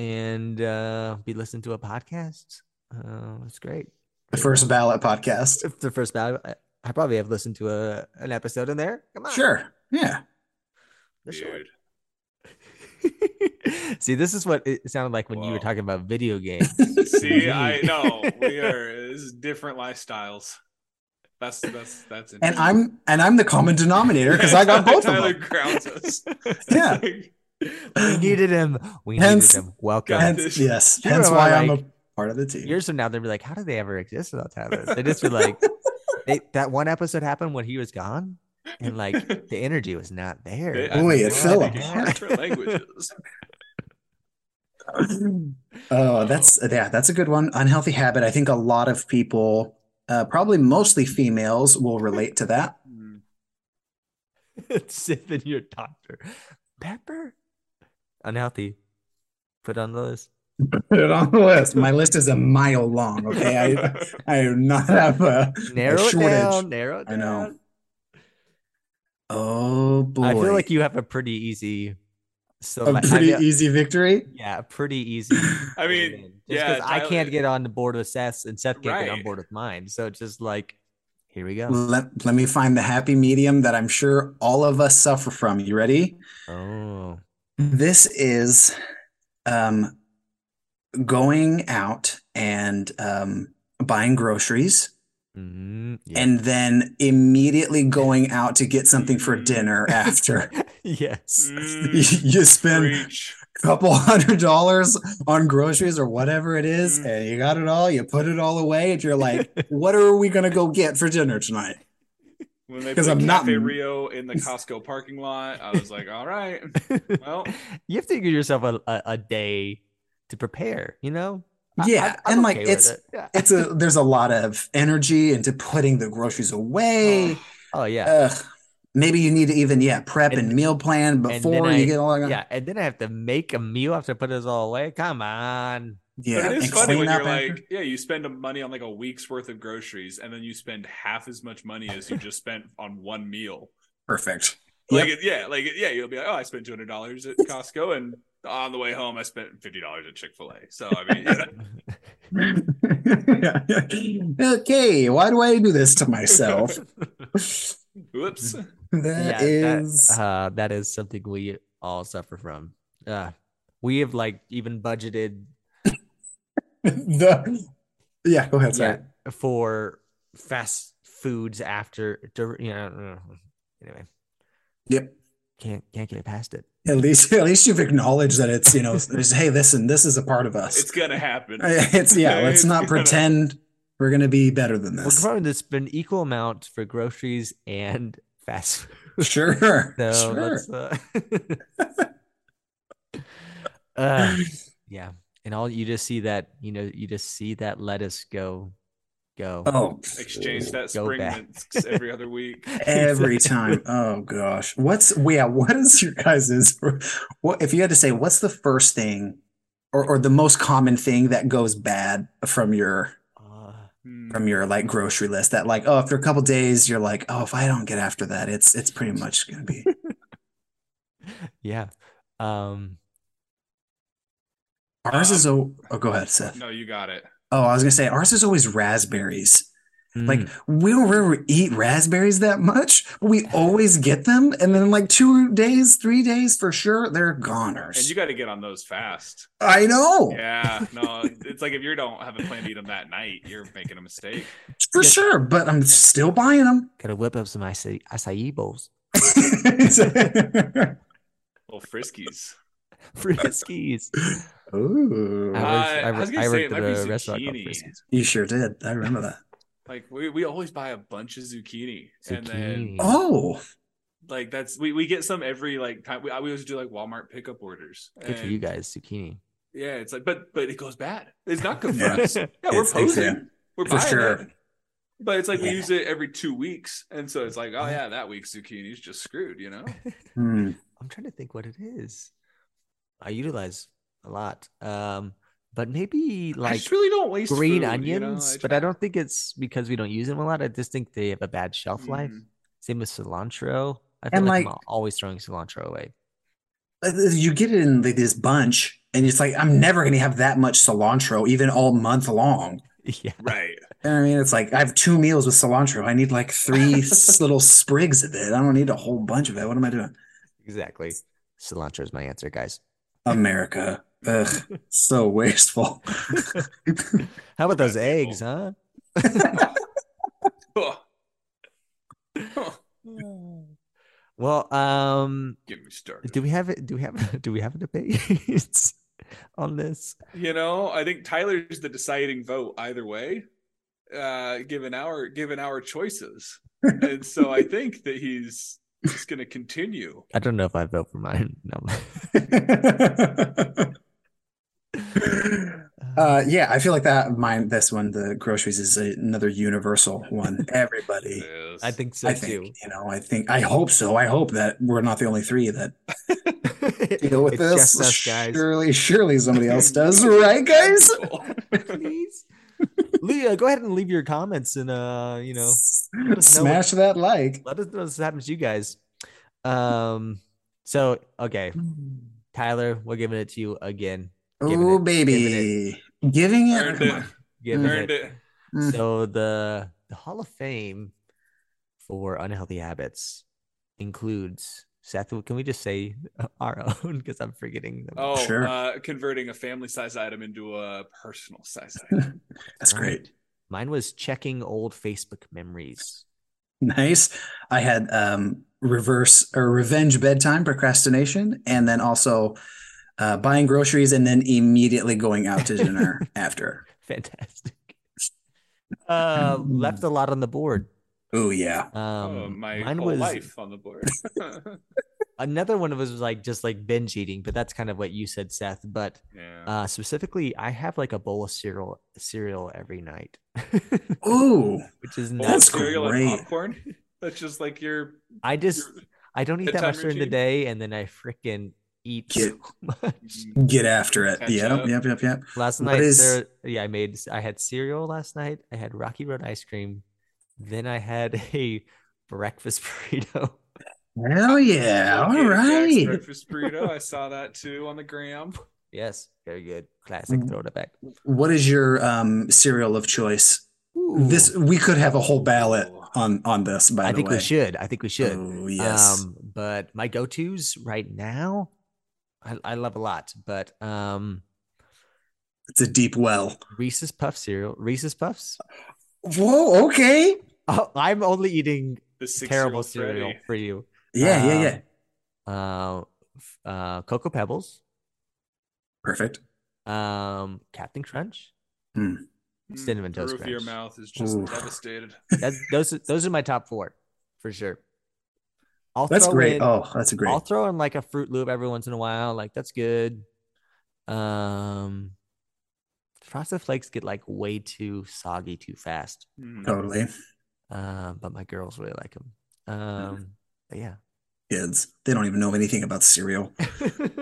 [SPEAKER 2] and uh, be listening to a podcast. Uh, it's great.
[SPEAKER 3] The first ballot podcast.
[SPEAKER 2] If the first battle, I, I probably have listened to a an episode in there. Come on,
[SPEAKER 3] Sure. Yeah.
[SPEAKER 2] they're short.
[SPEAKER 4] Dude.
[SPEAKER 2] See, this is what it sounded like when you were
[SPEAKER 4] Whoa.
[SPEAKER 2] talking about video games.
[SPEAKER 4] See, I know we are. This is different lifestyles. That's that's that's.
[SPEAKER 3] And I'm and I'm the common denominator because I got both of
[SPEAKER 4] Tyler
[SPEAKER 3] them.
[SPEAKER 4] grounds us. It's
[SPEAKER 3] Yeah.
[SPEAKER 4] like,
[SPEAKER 2] we needed him. We
[SPEAKER 3] Hence-
[SPEAKER 2] needed him. Welcome.
[SPEAKER 4] God.
[SPEAKER 3] Hence, yes.
[SPEAKER 2] You know
[SPEAKER 3] Hence
[SPEAKER 2] what,
[SPEAKER 3] why I'm a
[SPEAKER 2] like,
[SPEAKER 3] part of the team.
[SPEAKER 2] years from now they'll be like, how did they ever exist without Tyler? They just be like, they, that one episode happened when he was gone, and like the energy was not there.
[SPEAKER 4] I
[SPEAKER 3] Boy,
[SPEAKER 4] mean,
[SPEAKER 3] it
[SPEAKER 4] we're
[SPEAKER 3] fell
[SPEAKER 4] speaking
[SPEAKER 2] apart.
[SPEAKER 4] Different languages.
[SPEAKER 3] Oh, that's yeah, that's a good one. Unhealthy habit. I think a lot of people, uh, probably mostly females, will relate to that.
[SPEAKER 4] Mm.
[SPEAKER 2] Sipping your doctor pepper, unhealthy. Put on the list.
[SPEAKER 3] Put it on the list. My list is a mile long. Okay, I I do not have a.
[SPEAKER 2] Narrow it
[SPEAKER 3] shortage.
[SPEAKER 2] down. Narrow it
[SPEAKER 3] I know.
[SPEAKER 2] down.
[SPEAKER 3] Oh boy,
[SPEAKER 2] I feel like you have a pretty easy. So
[SPEAKER 3] a pretty e-,
[SPEAKER 2] I feel-
[SPEAKER 3] easy victory.
[SPEAKER 2] yeah, pretty easy.
[SPEAKER 4] I mean,
[SPEAKER 2] win. Just
[SPEAKER 4] yeah,
[SPEAKER 2] 'cause I
[SPEAKER 4] Tyler-
[SPEAKER 2] can't get on the board with Seth, and Seth can't get on
[SPEAKER 4] Right.
[SPEAKER 2] board with mine. So it's just like, here we go.
[SPEAKER 3] Let let me find the happy medium that I'm sure all of us suffer from. You ready?
[SPEAKER 2] Oh,
[SPEAKER 3] This is, um, going out and um buying groceries.
[SPEAKER 2] Mhm. Yeah.
[SPEAKER 3] and then immediately going out to get something for dinner after.
[SPEAKER 2] yes.
[SPEAKER 4] Mm,
[SPEAKER 3] you spend
[SPEAKER 4] preach.
[SPEAKER 3] couple hundred dollars on groceries or whatever it is,
[SPEAKER 4] Mm.
[SPEAKER 3] and you got it all, you put it all away, and you're like, what are we gonna go get for dinner tonight?
[SPEAKER 4] When they
[SPEAKER 3] 'Cause
[SPEAKER 4] put
[SPEAKER 3] I'm not-
[SPEAKER 4] Cafe Rio in the Costco parking lot, I was like, all right.
[SPEAKER 3] Mm.
[SPEAKER 4] Well.
[SPEAKER 2] you have to give yourself a, a, a day to prepare, you know?
[SPEAKER 3] Yeah,
[SPEAKER 2] I'm
[SPEAKER 3] and, like,
[SPEAKER 2] with
[SPEAKER 3] it's-
[SPEAKER 2] it. Yeah.
[SPEAKER 3] It's a there's a lot of energy into putting the groceries away.
[SPEAKER 2] oh yeah.
[SPEAKER 3] Ugh. Maybe you need to even, yeah, prep and,
[SPEAKER 2] And-
[SPEAKER 3] meal plan
[SPEAKER 2] then
[SPEAKER 3] before you
[SPEAKER 2] I-
[SPEAKER 3] get all
[SPEAKER 2] yeah, and then I have to make a meal after I put this all away. Come on.
[SPEAKER 3] yeah,
[SPEAKER 4] but it is
[SPEAKER 3] and
[SPEAKER 4] funny
[SPEAKER 3] clean
[SPEAKER 4] when
[SPEAKER 3] up
[SPEAKER 4] you're
[SPEAKER 3] after.
[SPEAKER 4] like, yeah, you spend money on like a week's worth of groceries, and then you spend half as much money as you just spent on one meal.
[SPEAKER 3] perfect.
[SPEAKER 4] Like, it- yeah, like it- yeah, you'll be like, oh, I spent two hundred dollars at Costco, and on the way home, I spent fifty dollars at Chick Fil A. So I mean, yeah.
[SPEAKER 3] okay, why do I do this to myself?
[SPEAKER 4] whoops.
[SPEAKER 3] That is.
[SPEAKER 2] that- uh, that is something we all suffer from. Uh, we have like even budgeted
[SPEAKER 3] the yeah go ahead sorry
[SPEAKER 2] yeah, for fast foods after, dur- you know, anyway.
[SPEAKER 3] Yep.
[SPEAKER 2] Can't can't get past it.
[SPEAKER 3] at least at least you've acknowledged that it's you know it's, hey listen this is a part of us
[SPEAKER 4] It's gonna happen.
[SPEAKER 3] it's yeah let's
[SPEAKER 4] It's
[SPEAKER 3] not
[SPEAKER 4] gonna-
[SPEAKER 3] pretend we're gonna be better than
[SPEAKER 2] We're
[SPEAKER 3] this
[SPEAKER 2] going to spend equal amount for groceries and fast food.
[SPEAKER 3] sure
[SPEAKER 2] So
[SPEAKER 3] sure
[SPEAKER 2] let's, uh, uh, yeah, and all you just see that you know you just see that lettuce go, go.
[SPEAKER 3] oh
[SPEAKER 4] Exchange that
[SPEAKER 2] Go
[SPEAKER 4] spring
[SPEAKER 2] back.
[SPEAKER 4] mints every other week.
[SPEAKER 3] every time oh gosh what's yeah what is your guys's what if you had to say what's the first thing or, or the most common thing that goes bad from your
[SPEAKER 2] Uh,
[SPEAKER 4] Hmm.
[SPEAKER 3] from your like grocery list that like oh after a couple days you're like oh if i don't get after that it's it's pretty much gonna be
[SPEAKER 2] yeah. Um,
[SPEAKER 3] Ours is oh, oh go ahead, Seth.
[SPEAKER 4] Hmm. No, you got it.
[SPEAKER 3] Oh, I was gonna say ours is always raspberries. Like
[SPEAKER 2] mm,
[SPEAKER 3] we don't really eat raspberries that much, but we always get them, and then like two days, three days for sure, they're
[SPEAKER 4] And
[SPEAKER 3] goners.
[SPEAKER 4] you got to get on those fast.
[SPEAKER 3] I know
[SPEAKER 4] Yeah, no, it's like if you don't have a plan to eat them that night, you're making a mistake.
[SPEAKER 3] for
[SPEAKER 2] Yeah.
[SPEAKER 3] sure, but I'm still buying them.
[SPEAKER 2] gotta whip up some acai, acai bowls,
[SPEAKER 4] Little friskies.
[SPEAKER 2] friskies. I
[SPEAKER 3] Ooh,
[SPEAKER 4] Uh,
[SPEAKER 2] worked- I
[SPEAKER 4] I was
[SPEAKER 2] worked-
[SPEAKER 4] gonna
[SPEAKER 2] I
[SPEAKER 4] say
[SPEAKER 2] worked
[SPEAKER 4] it
[SPEAKER 2] at
[SPEAKER 4] might be
[SPEAKER 2] a restaurant called
[SPEAKER 4] zucchini.
[SPEAKER 2] Friskies.
[SPEAKER 3] you sure did. I remember that.
[SPEAKER 4] Like we, we always buy a bunch of zucchini, and then
[SPEAKER 2] Zucchini.
[SPEAKER 3] Oh,
[SPEAKER 4] like that's we, we get some every like time. We, I- we always do like Walmart pickup orders.
[SPEAKER 2] Good for
[SPEAKER 4] And,
[SPEAKER 2] you guys, zucchini.
[SPEAKER 4] Yeah, it's like but but it goes bad. It's not good for
[SPEAKER 3] Yeah.
[SPEAKER 4] us. Yeah, we're
[SPEAKER 3] It's- it's-
[SPEAKER 4] posing.
[SPEAKER 3] yeah.
[SPEAKER 4] We're
[SPEAKER 3] For
[SPEAKER 4] buying
[SPEAKER 3] sure.
[SPEAKER 4] it. But it's like we
[SPEAKER 3] Yeah.
[SPEAKER 4] use it every two weeks, and so it's like, oh yeah, that week's zucchini's just screwed, you know.
[SPEAKER 3] Hmm.
[SPEAKER 2] I'm trying to think what it is. I utilize a lot, um, but maybe
[SPEAKER 4] I
[SPEAKER 2] like
[SPEAKER 4] just really don't waste
[SPEAKER 2] green
[SPEAKER 4] food,
[SPEAKER 2] onions,
[SPEAKER 4] you know?
[SPEAKER 2] but I don't think it's because we don't use them a lot. I just think they have a bad shelf life.
[SPEAKER 4] Mhm.
[SPEAKER 2] Same with cilantro. I feel
[SPEAKER 3] And,
[SPEAKER 2] like, I'm
[SPEAKER 3] like-
[SPEAKER 2] always throwing cilantro away.
[SPEAKER 3] Uh, you get it in like, this bunch, and it's like I'm never gonna have that much cilantro, even all month long.
[SPEAKER 2] Yeah.
[SPEAKER 4] Right.
[SPEAKER 3] I mean, it's like I have two meals with cilantro. I need like three s- little sprigs of it. I don't need a whole bunch of it. What am I doing?
[SPEAKER 2] Exactly. Cilantro is my answer, guys.
[SPEAKER 3] America. Ugh, so wasteful.
[SPEAKER 2] How about those eggs, huh?
[SPEAKER 4] Oh. Oh,
[SPEAKER 2] Well, um,
[SPEAKER 4] Get me started.
[SPEAKER 2] do we have it? Do we have do we have a debate on this?
[SPEAKER 4] You know, I think Tyler's the deciding vote either way, uh, given our given our choices, and so I think that he's just going to continue.
[SPEAKER 2] I don't know if I vote for mine. No.
[SPEAKER 3] uh,
[SPEAKER 2] Uh,
[SPEAKER 4] Uh,
[SPEAKER 3] yeah, I feel like that. Mine, this one, the groceries is a- another universal one. Everybody.
[SPEAKER 2] I think so
[SPEAKER 3] I
[SPEAKER 2] too.
[SPEAKER 3] think, you know, I think, I hope so. I hope that we're not the only three that deal with
[SPEAKER 2] It's
[SPEAKER 3] this.
[SPEAKER 2] just us guys.
[SPEAKER 3] Surely, surely somebody else does, right, guys?
[SPEAKER 2] please. Leah, go ahead and leave your comments and uh, you know, let us know what-
[SPEAKER 3] Smash that like.
[SPEAKER 2] let us know if this happens to you guys. Um, so okay, Tyler, we're giving it to you again. Giving
[SPEAKER 3] Oh,
[SPEAKER 2] it-
[SPEAKER 3] baby. Giving it.
[SPEAKER 4] Earned it.
[SPEAKER 2] Giving
[SPEAKER 4] Earned
[SPEAKER 2] it.
[SPEAKER 4] it.
[SPEAKER 3] Mm.
[SPEAKER 2] So the the Hall of Fame for unhealthy habits includes Seth. Can we just say our own because I'm forgetting them?
[SPEAKER 4] Oh,
[SPEAKER 3] Sure.
[SPEAKER 4] uh, converting a family size item into a personal size item.
[SPEAKER 3] That's
[SPEAKER 2] All
[SPEAKER 3] great.
[SPEAKER 2] Mine was checking old Facebook memories.
[SPEAKER 3] Nice. I had um, reverse or revenge bedtime procrastination, and then also uh, buying groceries and then immediately going out to dinner after.
[SPEAKER 2] Fantastic. Uh, left a lot on the board.
[SPEAKER 3] Oh yeah.
[SPEAKER 2] Um,
[SPEAKER 4] oh, my
[SPEAKER 2] mine
[SPEAKER 4] whole
[SPEAKER 2] was
[SPEAKER 4] life on the board.
[SPEAKER 2] another one of us was like just like binge eating, but that's kind of what you said, Seth. But
[SPEAKER 4] yeah.
[SPEAKER 2] uh, specifically, I have like a bowl of cereal cereal every night,
[SPEAKER 3] Ooh,
[SPEAKER 2] which is
[SPEAKER 4] Bowl
[SPEAKER 2] nuts.
[SPEAKER 4] of
[SPEAKER 3] that's
[SPEAKER 4] cereal
[SPEAKER 3] great.
[SPEAKER 4] and popcorn. That's just like your,
[SPEAKER 2] I
[SPEAKER 4] your
[SPEAKER 2] just I don't eat that
[SPEAKER 4] Bedtime
[SPEAKER 2] much during the
[SPEAKER 4] routine?
[SPEAKER 2] day, and then I freaking eat
[SPEAKER 3] Get-
[SPEAKER 2] so much.
[SPEAKER 4] Mm-hmm.
[SPEAKER 3] get after it.
[SPEAKER 4] Catch
[SPEAKER 3] Yep,
[SPEAKER 4] up.
[SPEAKER 3] yep, yep, yep.
[SPEAKER 2] Last
[SPEAKER 3] What
[SPEAKER 2] night,
[SPEAKER 3] is-
[SPEAKER 2] there, yeah, I made I had cereal last night. I had Rocky Road ice cream, then I had a breakfast burrito.
[SPEAKER 3] Hell yeah! All
[SPEAKER 4] Jack Jack's
[SPEAKER 3] right.
[SPEAKER 4] breakfast burrito. I saw that too on the gram.
[SPEAKER 2] Yes, very good, classic
[SPEAKER 3] Mm.
[SPEAKER 2] throwback.
[SPEAKER 3] What is your um, cereal of choice? This we could have a whole ballot on on this. By
[SPEAKER 2] I
[SPEAKER 3] the
[SPEAKER 2] think
[SPEAKER 3] way,
[SPEAKER 2] we should. I think we should.
[SPEAKER 3] Oh yes.
[SPEAKER 2] Um, but my go tos right now, I, I love a lot, but um,
[SPEAKER 3] It's a deep well.
[SPEAKER 2] Reese's Puff cereal, Reese's Puffs.
[SPEAKER 3] Whoa, okay.
[SPEAKER 2] Oh, I'm only eating
[SPEAKER 4] The six
[SPEAKER 2] terrible cereal for you.
[SPEAKER 3] Yeah, yeah, yeah.
[SPEAKER 2] Um, Uh, f- uh, Cocoa Pebbles,
[SPEAKER 3] Perfect.
[SPEAKER 2] um, Captain Crunch. Cinnamon Toast
[SPEAKER 4] Mm, roof of your
[SPEAKER 2] Crunch.
[SPEAKER 4] mouth is just
[SPEAKER 3] Oof.
[SPEAKER 4] devastated.
[SPEAKER 2] That's, those are- those are my top four for sure. I'll
[SPEAKER 3] That's
[SPEAKER 2] throw
[SPEAKER 3] great.
[SPEAKER 2] in-
[SPEAKER 3] Oh, that's great.
[SPEAKER 2] I'll throw in like a Fruit Loop every once in a while. Like that's good. Um, Frosted Flakes get like way too soggy too fast.
[SPEAKER 4] Mm.
[SPEAKER 3] Totally.
[SPEAKER 2] Um, but my girls really like them. Um, but yeah,
[SPEAKER 3] Kids, they don't even know anything about cereal.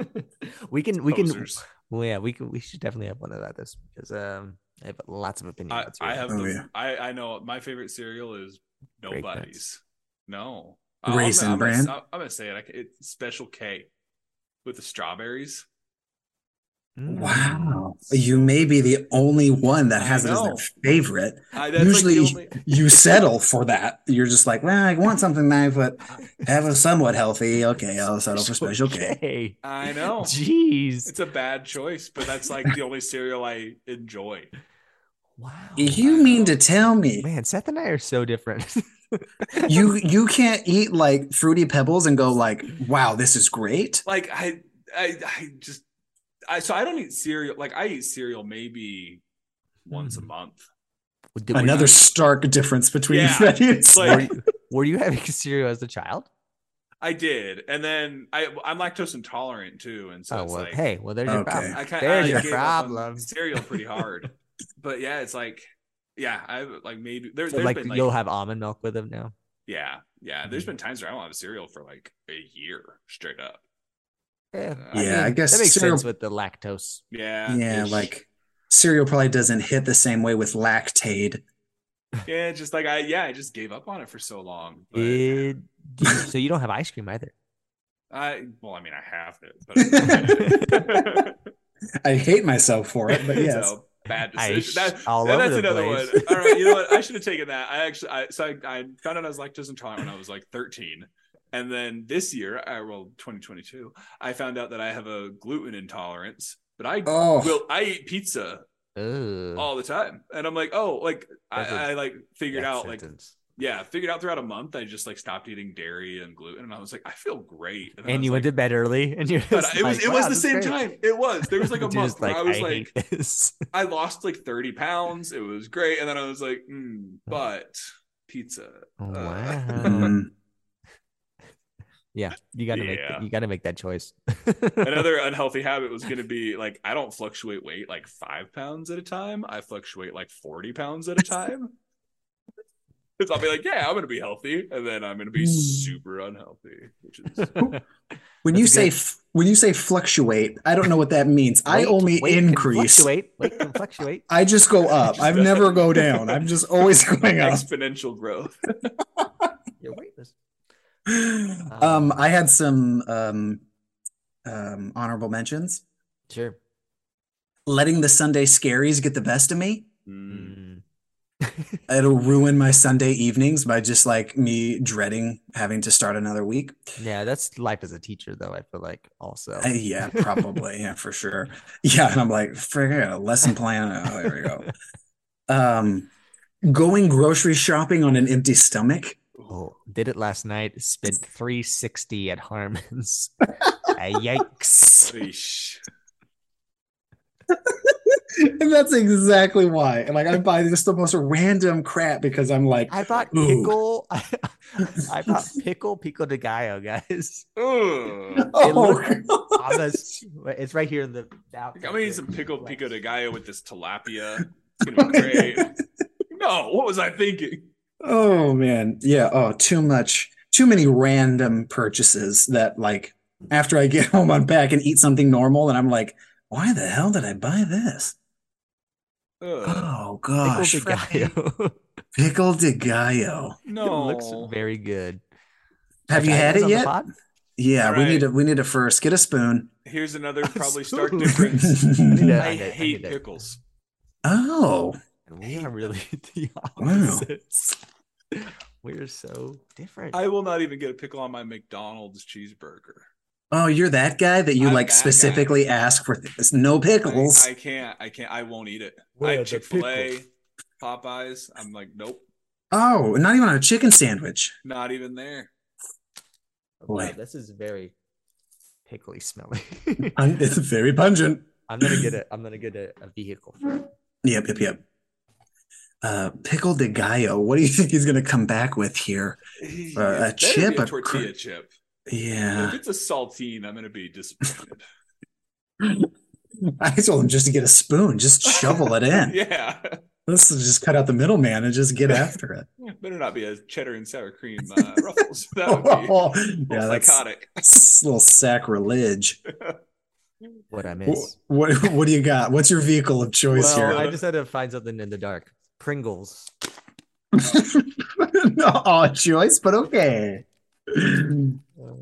[SPEAKER 2] we can we can
[SPEAKER 4] Mm-hmm. Posers.
[SPEAKER 2] well yeah we can we should definitely have one about this because um I have lots of opinions.
[SPEAKER 4] I,
[SPEAKER 2] about
[SPEAKER 4] I
[SPEAKER 2] cereal.
[SPEAKER 4] have.
[SPEAKER 3] Oh,
[SPEAKER 4] the,
[SPEAKER 3] yeah.
[SPEAKER 4] I I know my favorite cereal is
[SPEAKER 2] Grape Nuts.
[SPEAKER 4] nobody's. No
[SPEAKER 3] Raisin
[SPEAKER 4] I'm,
[SPEAKER 3] Bran?
[SPEAKER 4] Gonna, I'm gonna say it. I, c- it's Special K with the strawberries.
[SPEAKER 2] Mm.
[SPEAKER 3] Wow. You may be the only one that
[SPEAKER 4] I
[SPEAKER 3] has it as their
[SPEAKER 4] know.
[SPEAKER 3] favorite.
[SPEAKER 4] I, that's
[SPEAKER 3] Usually-
[SPEAKER 4] like the only,
[SPEAKER 3] You settle for that. You're just like, well, I want something nice, but have a somewhat healthy. Okay, I'll settle for special K.
[SPEAKER 2] Okay.
[SPEAKER 4] I know
[SPEAKER 2] Jeez.
[SPEAKER 4] it's a bad choice, but that's like the only cereal I enjoy.
[SPEAKER 2] wow.
[SPEAKER 3] You mean to tell me
[SPEAKER 2] Man, Seth and I are so different.
[SPEAKER 3] you you can't eat like fruity pebbles and go like, wow, this is great?
[SPEAKER 4] like I, I, I just, I so I don't eat cereal. Like I eat cereal maybe once a
[SPEAKER 2] Hmm.
[SPEAKER 4] month.
[SPEAKER 2] Did we-
[SPEAKER 3] Another stark difference between
[SPEAKER 4] Yeah.
[SPEAKER 3] menus.
[SPEAKER 4] Like-
[SPEAKER 2] Were you having cereal as a child?
[SPEAKER 4] I did, and then I, I'm lactose intolerant too, and so
[SPEAKER 2] oh
[SPEAKER 4] it's
[SPEAKER 2] well,
[SPEAKER 4] like
[SPEAKER 2] hey, well there's your
[SPEAKER 3] Okay.
[SPEAKER 2] problem.
[SPEAKER 4] I kind
[SPEAKER 2] There's
[SPEAKER 4] I
[SPEAKER 2] your
[SPEAKER 4] gave up on
[SPEAKER 2] problem.
[SPEAKER 4] Cereal pretty hard, but yeah, it's like yeah, I've like made there,
[SPEAKER 2] So,
[SPEAKER 4] there's
[SPEAKER 2] like,
[SPEAKER 4] been
[SPEAKER 2] you'll Mm-hmm.
[SPEAKER 4] like
[SPEAKER 2] have almond milk with them now.
[SPEAKER 4] yeah yeah. There's been times where I won't have cereal for like a year straight up. Uh,
[SPEAKER 2] Yeah,
[SPEAKER 3] Yeah, I guess
[SPEAKER 2] that makes
[SPEAKER 3] cereal-
[SPEAKER 2] sense with the lactose.
[SPEAKER 4] Yeah,
[SPEAKER 3] yeah,
[SPEAKER 4] ish.
[SPEAKER 3] like cereal probably doesn't hit the same way with lactate.
[SPEAKER 4] yeah, just like I yeah, I just gave up on it for so long. But
[SPEAKER 2] Did you, so you don't have ice cream either.
[SPEAKER 4] I well, I mean, I have it, but.
[SPEAKER 3] I hate myself for it, but yes.
[SPEAKER 4] So, bad
[SPEAKER 2] I
[SPEAKER 4] decision. That-
[SPEAKER 2] sh- all
[SPEAKER 4] and
[SPEAKER 2] over
[SPEAKER 4] that's
[SPEAKER 2] the
[SPEAKER 4] another
[SPEAKER 2] place.
[SPEAKER 4] one. All right, you know what? I should have taken that. I actually, I, so I, I found out I was lactose intolerant when I was like 13, and then this year, I well, 2022, I found out that I have a gluten intolerance. But I
[SPEAKER 3] Oh,
[SPEAKER 4] will, I eat pizza
[SPEAKER 2] Ooh,
[SPEAKER 4] all the time, and I'm like, oh, like I,
[SPEAKER 2] That's a
[SPEAKER 4] I like figured
[SPEAKER 2] that
[SPEAKER 4] out like
[SPEAKER 2] sentence.
[SPEAKER 4] yeah, figured out throughout a month. I just like stopped eating dairy and gluten, and I was like, I feel great. then I
[SPEAKER 2] and
[SPEAKER 4] was
[SPEAKER 2] you
[SPEAKER 4] like,
[SPEAKER 2] went to bed early, and you're.
[SPEAKER 4] But
[SPEAKER 2] just
[SPEAKER 4] it was
[SPEAKER 2] like,
[SPEAKER 4] it
[SPEAKER 2] wow,
[SPEAKER 4] was the
[SPEAKER 2] this is
[SPEAKER 4] same
[SPEAKER 2] great.
[SPEAKER 4] time. It was there was like a
[SPEAKER 2] Dude,
[SPEAKER 4] month. where I was like, Uh,
[SPEAKER 2] hate this.
[SPEAKER 4] I lost like 30 pounds. It was great. And then I was like, mm, but pizza.
[SPEAKER 2] wow.
[SPEAKER 3] mm,
[SPEAKER 2] yeah, you got to make
[SPEAKER 4] Yeah.
[SPEAKER 2] you got to make that choice.
[SPEAKER 4] Another unhealthy habit was going to be like, I don't fluctuate weight like five pounds at a time. I fluctuate like 40 pounds at a time. Because I'll be like, yeah, I'm going to be healthy. And then I'm going to be
[SPEAKER 3] Mm.
[SPEAKER 4] super unhealthy, which is
[SPEAKER 3] when you
[SPEAKER 2] That's a
[SPEAKER 3] say
[SPEAKER 2] good-
[SPEAKER 3] f- when you say fluctuate, I don't know what that means. I
[SPEAKER 2] Weight-
[SPEAKER 3] only
[SPEAKER 2] weight can
[SPEAKER 3] increase.
[SPEAKER 2] Fluctuate. Weight can fluctuate.
[SPEAKER 3] I just go up. I never go down. I'm just always going up.
[SPEAKER 4] exponential growth.
[SPEAKER 2] Your weight is
[SPEAKER 3] Um, I had some um, um, honorable mentions.
[SPEAKER 2] sure.
[SPEAKER 3] Letting the Sunday scaries get the best of me.
[SPEAKER 2] Hmm.
[SPEAKER 4] Mm.
[SPEAKER 3] It'll ruin my Sunday evenings by just like me dreading having to start another week.
[SPEAKER 2] Yeah, that's life as a teacher, though. I feel like also.
[SPEAKER 3] Uh, yeah, probably. yeah, for oh, sure. Yeah, and I'm like, forget a lesson plan. Oh, there we go. Um, Going grocery shopping on an empty stomach.
[SPEAKER 2] Oh, did it last night. Spent 360 at Harmon's. yikes.
[SPEAKER 4] Eesh.
[SPEAKER 3] and that's exactly why. And like I buy just the most random crap because I'm like,
[SPEAKER 2] I bought
[SPEAKER 3] Ooh.
[SPEAKER 2] pickle. I, bought pickle, pico de gallo, guys.
[SPEAKER 4] Ugh.
[SPEAKER 3] oh,
[SPEAKER 2] On this- it's right here in the.
[SPEAKER 4] I'm gonna eat some pickled pico de gallo with this tilapia. It's gonna be great. no, what was I thinking?
[SPEAKER 3] oh man, yeah. Oh, too much, too many random purchases that like after I get home, I'm back and eat something normal, and I'm like, why the hell did I buy this?
[SPEAKER 4] Ugh.
[SPEAKER 3] Oh
[SPEAKER 2] Pickle
[SPEAKER 3] gosh,
[SPEAKER 2] de gallo.
[SPEAKER 3] pickle de gallo.
[SPEAKER 4] No,
[SPEAKER 2] It looks very good.
[SPEAKER 3] Have you
[SPEAKER 2] Guys,
[SPEAKER 3] had it
[SPEAKER 2] on the
[SPEAKER 3] yet?
[SPEAKER 2] pod?
[SPEAKER 3] Yeah, we
[SPEAKER 4] Alright.
[SPEAKER 3] need to we need to first get a spoon.
[SPEAKER 4] here's another
[SPEAKER 2] That's
[SPEAKER 4] probably
[SPEAKER 2] cool.
[SPEAKER 4] stark difference.
[SPEAKER 2] I need to-
[SPEAKER 4] I
[SPEAKER 2] need to-
[SPEAKER 4] hate
[SPEAKER 2] need to-
[SPEAKER 4] pickles.
[SPEAKER 3] oh,
[SPEAKER 2] And we are really the
[SPEAKER 3] Wow.
[SPEAKER 2] opposites. We're so different.
[SPEAKER 4] I will not even get a pickle on my McDonald's cheeseburger.
[SPEAKER 3] oh, you're that guy that you
[SPEAKER 4] I'm
[SPEAKER 3] like
[SPEAKER 4] that guy.
[SPEAKER 3] specifically ask for th- no
[SPEAKER 4] I,
[SPEAKER 3] pickles.
[SPEAKER 4] I can't. I can't. I won't eat it.
[SPEAKER 2] Where
[SPEAKER 4] I
[SPEAKER 2] are the
[SPEAKER 4] Chick Fil A,
[SPEAKER 2] pickles?
[SPEAKER 4] Popeyes. I'm like, nope,
[SPEAKER 3] Oh, not even on a chicken sandwich.
[SPEAKER 4] not even there.
[SPEAKER 3] Boy.
[SPEAKER 2] Wow, this is very pickly smelly.
[SPEAKER 3] Un- it's very pungent.
[SPEAKER 2] I'm gonna get a I'm gonna get a, a vehicle.
[SPEAKER 3] Yep, yep, yep. Uh, pickle de gallo. What do you think he's going to come back with here?
[SPEAKER 4] It
[SPEAKER 3] a
[SPEAKER 4] better be
[SPEAKER 3] chip, a
[SPEAKER 4] a
[SPEAKER 3] cr-
[SPEAKER 4] tortilla Uh, chip.
[SPEAKER 3] Yeah,
[SPEAKER 4] If it's a saltine, I'm gonna be disappointed.
[SPEAKER 3] I told him just to get a spoon, just shovel it in.
[SPEAKER 4] yeah,
[SPEAKER 3] Let's just cut out the middleman and just get after it.
[SPEAKER 4] better not be a cheddar and sour cream uh, ruffles. That would be
[SPEAKER 3] Oh, yeah, that's,
[SPEAKER 4] psychotic. Uh,
[SPEAKER 3] that's a little sacrilege.
[SPEAKER 2] What I
[SPEAKER 3] Wh-
[SPEAKER 2] miss.
[SPEAKER 3] What, what do you got? What's your vehicle of choice
[SPEAKER 2] Well,
[SPEAKER 3] here?
[SPEAKER 2] I just had to find something in the dark. Pringles.
[SPEAKER 3] Not all choice, but okay. Oh.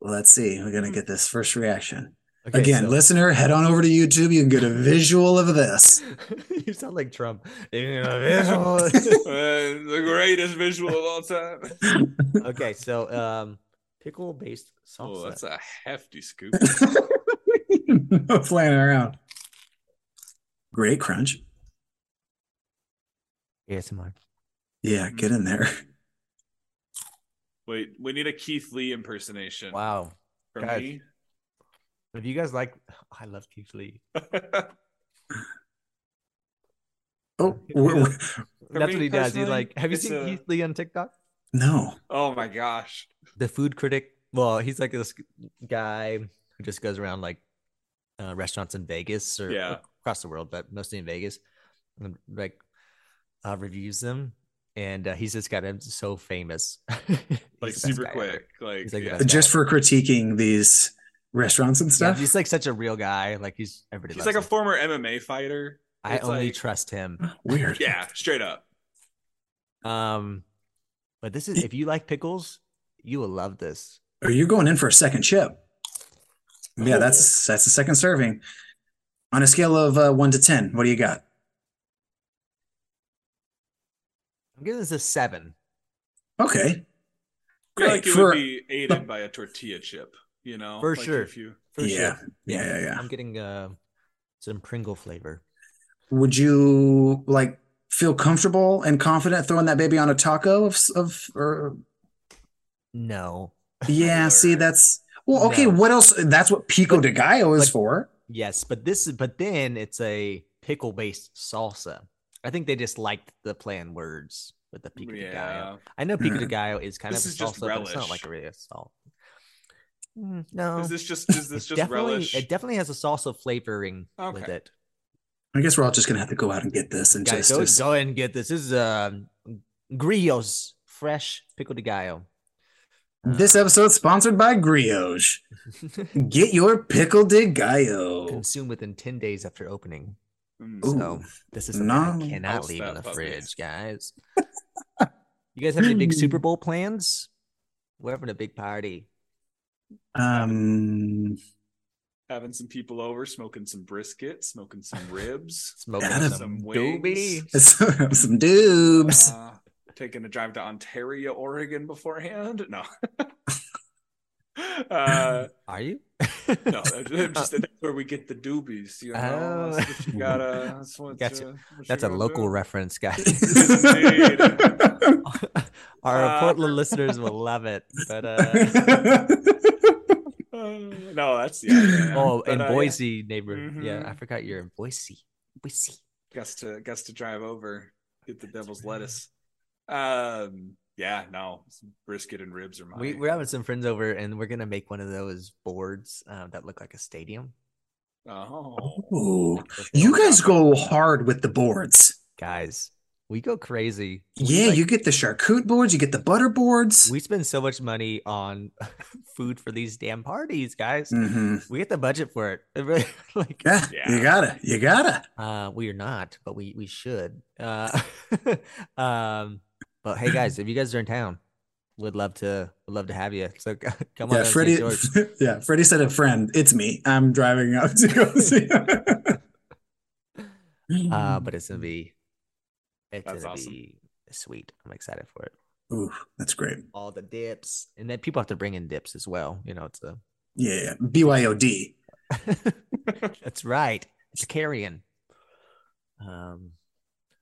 [SPEAKER 3] Let's see. We're gonna get this first reaction.
[SPEAKER 2] Okay,
[SPEAKER 3] Again,
[SPEAKER 2] so-
[SPEAKER 3] listener, head on over to YouTube. You can get a visual of this.
[SPEAKER 2] you sound like Trump. Individual.
[SPEAKER 4] Uh, the greatest visual of all time.
[SPEAKER 2] okay, so um, pickle based
[SPEAKER 4] Oh, that's
[SPEAKER 2] salsa.
[SPEAKER 4] a hefty scoop.
[SPEAKER 3] no playing around. Great crunch.
[SPEAKER 2] ASMR.
[SPEAKER 3] Yeah, get in there.
[SPEAKER 4] Wait, we need a Keith Lee impersonation
[SPEAKER 2] Wow.
[SPEAKER 4] for
[SPEAKER 2] guys.
[SPEAKER 4] me.
[SPEAKER 2] If you guys like, I love Keith Lee.
[SPEAKER 3] Oh, we're- we're-
[SPEAKER 4] For
[SPEAKER 2] That's
[SPEAKER 4] me
[SPEAKER 2] what he does. He
[SPEAKER 4] personally,
[SPEAKER 2] like, have you
[SPEAKER 4] it's
[SPEAKER 2] seen
[SPEAKER 4] a-
[SPEAKER 2] Keith Lee on TikTok?
[SPEAKER 3] no.
[SPEAKER 4] oh my gosh.
[SPEAKER 2] The food critic. Well, he's like this guy who just goes around like uh, restaurants in Vegas or
[SPEAKER 4] Yeah.
[SPEAKER 2] across the world, but mostly in Vegas, and like uh, reviews them. And uh, he's just got him so famous, He's
[SPEAKER 4] Like
[SPEAKER 2] the best
[SPEAKER 4] super
[SPEAKER 2] guy ever.
[SPEAKER 4] quick. Like,
[SPEAKER 2] He's like the
[SPEAKER 4] yeah.
[SPEAKER 2] best
[SPEAKER 3] Just for critiquing these restaurants and
[SPEAKER 2] Yeah,
[SPEAKER 3] stuff.
[SPEAKER 2] he's like such a real guy. Like he's everybody.
[SPEAKER 4] He's
[SPEAKER 2] loves
[SPEAKER 4] like a
[SPEAKER 2] him.
[SPEAKER 4] former MMA fighter.
[SPEAKER 2] I
[SPEAKER 4] it's
[SPEAKER 2] only
[SPEAKER 4] like-
[SPEAKER 2] trust him.
[SPEAKER 3] Weird.
[SPEAKER 4] Yeah, straight up.
[SPEAKER 2] Um, but this is if you like pickles, you will love this.
[SPEAKER 3] Or you're going in for a second chip. Yeah, that's that's a second serving. On a scale of uh, one to ten, what do you got?
[SPEAKER 2] I'm giving this a seven.
[SPEAKER 3] Okay.
[SPEAKER 4] I feel
[SPEAKER 3] Great.
[SPEAKER 4] like it
[SPEAKER 3] For-
[SPEAKER 4] would be aided by a tortilla chip, you know?
[SPEAKER 2] For
[SPEAKER 4] Like,
[SPEAKER 2] sure.
[SPEAKER 4] If you
[SPEAKER 2] For
[SPEAKER 3] yeah.
[SPEAKER 2] sure.
[SPEAKER 3] yeah, yeah, yeah.
[SPEAKER 2] I'm getting uh some Pringle flavor.
[SPEAKER 3] Would you like feel comfortable and confident throwing that baby on a taco of of or
[SPEAKER 2] No.
[SPEAKER 3] yeah? See,
[SPEAKER 4] Or-
[SPEAKER 3] that's well, okay.
[SPEAKER 2] No.
[SPEAKER 3] What else? That's what pico de gallo is
[SPEAKER 2] But-
[SPEAKER 3] for.
[SPEAKER 2] Yes, but this is but then it's a pickle based salsa. I think they just liked the play on words with the pico de gallo.
[SPEAKER 4] yeah.
[SPEAKER 2] I know pico de
[SPEAKER 3] Mm.
[SPEAKER 2] gallo is kind
[SPEAKER 4] This
[SPEAKER 2] of a
[SPEAKER 4] is just
[SPEAKER 2] salsa, but it's not
[SPEAKER 4] relish.
[SPEAKER 2] like a real salt. Mm, no.
[SPEAKER 4] Is this just is this
[SPEAKER 2] It
[SPEAKER 4] just
[SPEAKER 2] definitely,
[SPEAKER 4] relish?
[SPEAKER 2] It definitely has a salsa flavoring with
[SPEAKER 4] Okay.
[SPEAKER 2] it.
[SPEAKER 3] I guess we're all just gonna have to go out and get this and
[SPEAKER 2] Guys,
[SPEAKER 3] just,
[SPEAKER 2] go,
[SPEAKER 3] just-
[SPEAKER 2] go and get this. This is um Grillos fresh pico de gallo. Uh,
[SPEAKER 3] this episode's sponsored by Grioche. Get your pickle de gallo.
[SPEAKER 2] Consumed within 10 days after opening.
[SPEAKER 4] Mm.
[SPEAKER 3] Ooh.
[SPEAKER 2] So this is something
[SPEAKER 3] No.
[SPEAKER 2] I cannot
[SPEAKER 4] Post
[SPEAKER 2] leave
[SPEAKER 4] that
[SPEAKER 2] in the
[SPEAKER 4] puppy.
[SPEAKER 2] fridge, guys. you guys have any big
[SPEAKER 4] Hmm.
[SPEAKER 2] Super Bowl plans? We're having a big party.
[SPEAKER 3] Um,
[SPEAKER 4] Having some people over, smoking some brisket, smoking some ribs,
[SPEAKER 2] Smoking
[SPEAKER 3] Adam,
[SPEAKER 2] some
[SPEAKER 4] some
[SPEAKER 2] doobie.
[SPEAKER 4] wings.
[SPEAKER 3] some doobs.
[SPEAKER 4] uh, taking a drive to Ontario, Oregon beforehand. No. Uh,
[SPEAKER 2] Are you?
[SPEAKER 4] no, that's, just, that's where we get the doobies. You know,
[SPEAKER 2] Oh.
[SPEAKER 4] that's what you gotta. That's, what,
[SPEAKER 2] Gotcha.
[SPEAKER 4] uh, what
[SPEAKER 2] That's a
[SPEAKER 4] you gotta
[SPEAKER 2] local
[SPEAKER 4] do.
[SPEAKER 2] reference, guys. Our
[SPEAKER 4] Uh,
[SPEAKER 2] Portland listeners will love it. But uh,
[SPEAKER 4] Uh, no, that's yeah. yeah, yeah.
[SPEAKER 2] oh,
[SPEAKER 4] But,
[SPEAKER 2] in
[SPEAKER 4] uh, yeah,
[SPEAKER 2] Boise neighbor. Yeah,
[SPEAKER 4] Mhm.
[SPEAKER 2] I forgot you're in Boise. Boise.
[SPEAKER 4] gets to gets to drive over, get the devil's lettuce. Um, yeah, no, some brisket and ribs are mine.
[SPEAKER 2] We, we're having some friends over, and we're gonna make one of those boards um, that look like a stadium.
[SPEAKER 4] oh,
[SPEAKER 3] Ooh, you guys go hard with the boards.
[SPEAKER 2] guys, we go crazy.
[SPEAKER 3] Yeah,
[SPEAKER 2] like-
[SPEAKER 3] you get the charcuterie boards, you get the butter boards.
[SPEAKER 2] We spend so much money on food for these damn parties, guys.
[SPEAKER 3] Mhm.
[SPEAKER 2] We get the budget for it. It really- like,
[SPEAKER 3] Yeah,
[SPEAKER 4] Yeah.
[SPEAKER 3] you gotta, you gotta.
[SPEAKER 2] uh, we are not, but we we should. Uh, um, but hey, guys, if you guys are in town, would love to would love to have you. So c- come on, down to
[SPEAKER 3] yeah,
[SPEAKER 2] St.
[SPEAKER 3] Freddie.
[SPEAKER 2] George.
[SPEAKER 3] Yeah, Freddie said a friend. It's me. I'm driving up to go see. him.
[SPEAKER 2] Uh, but it's gonna be it's
[SPEAKER 4] That's
[SPEAKER 2] gonna
[SPEAKER 4] awesome.
[SPEAKER 2] be sweet. I'm excited for it.
[SPEAKER 3] Ooh, that's great.
[SPEAKER 2] All the dips, and then people have to bring in dips as well. You know, it's a
[SPEAKER 3] Yeah, BYOD.
[SPEAKER 2] that's right. It's carrion. Um,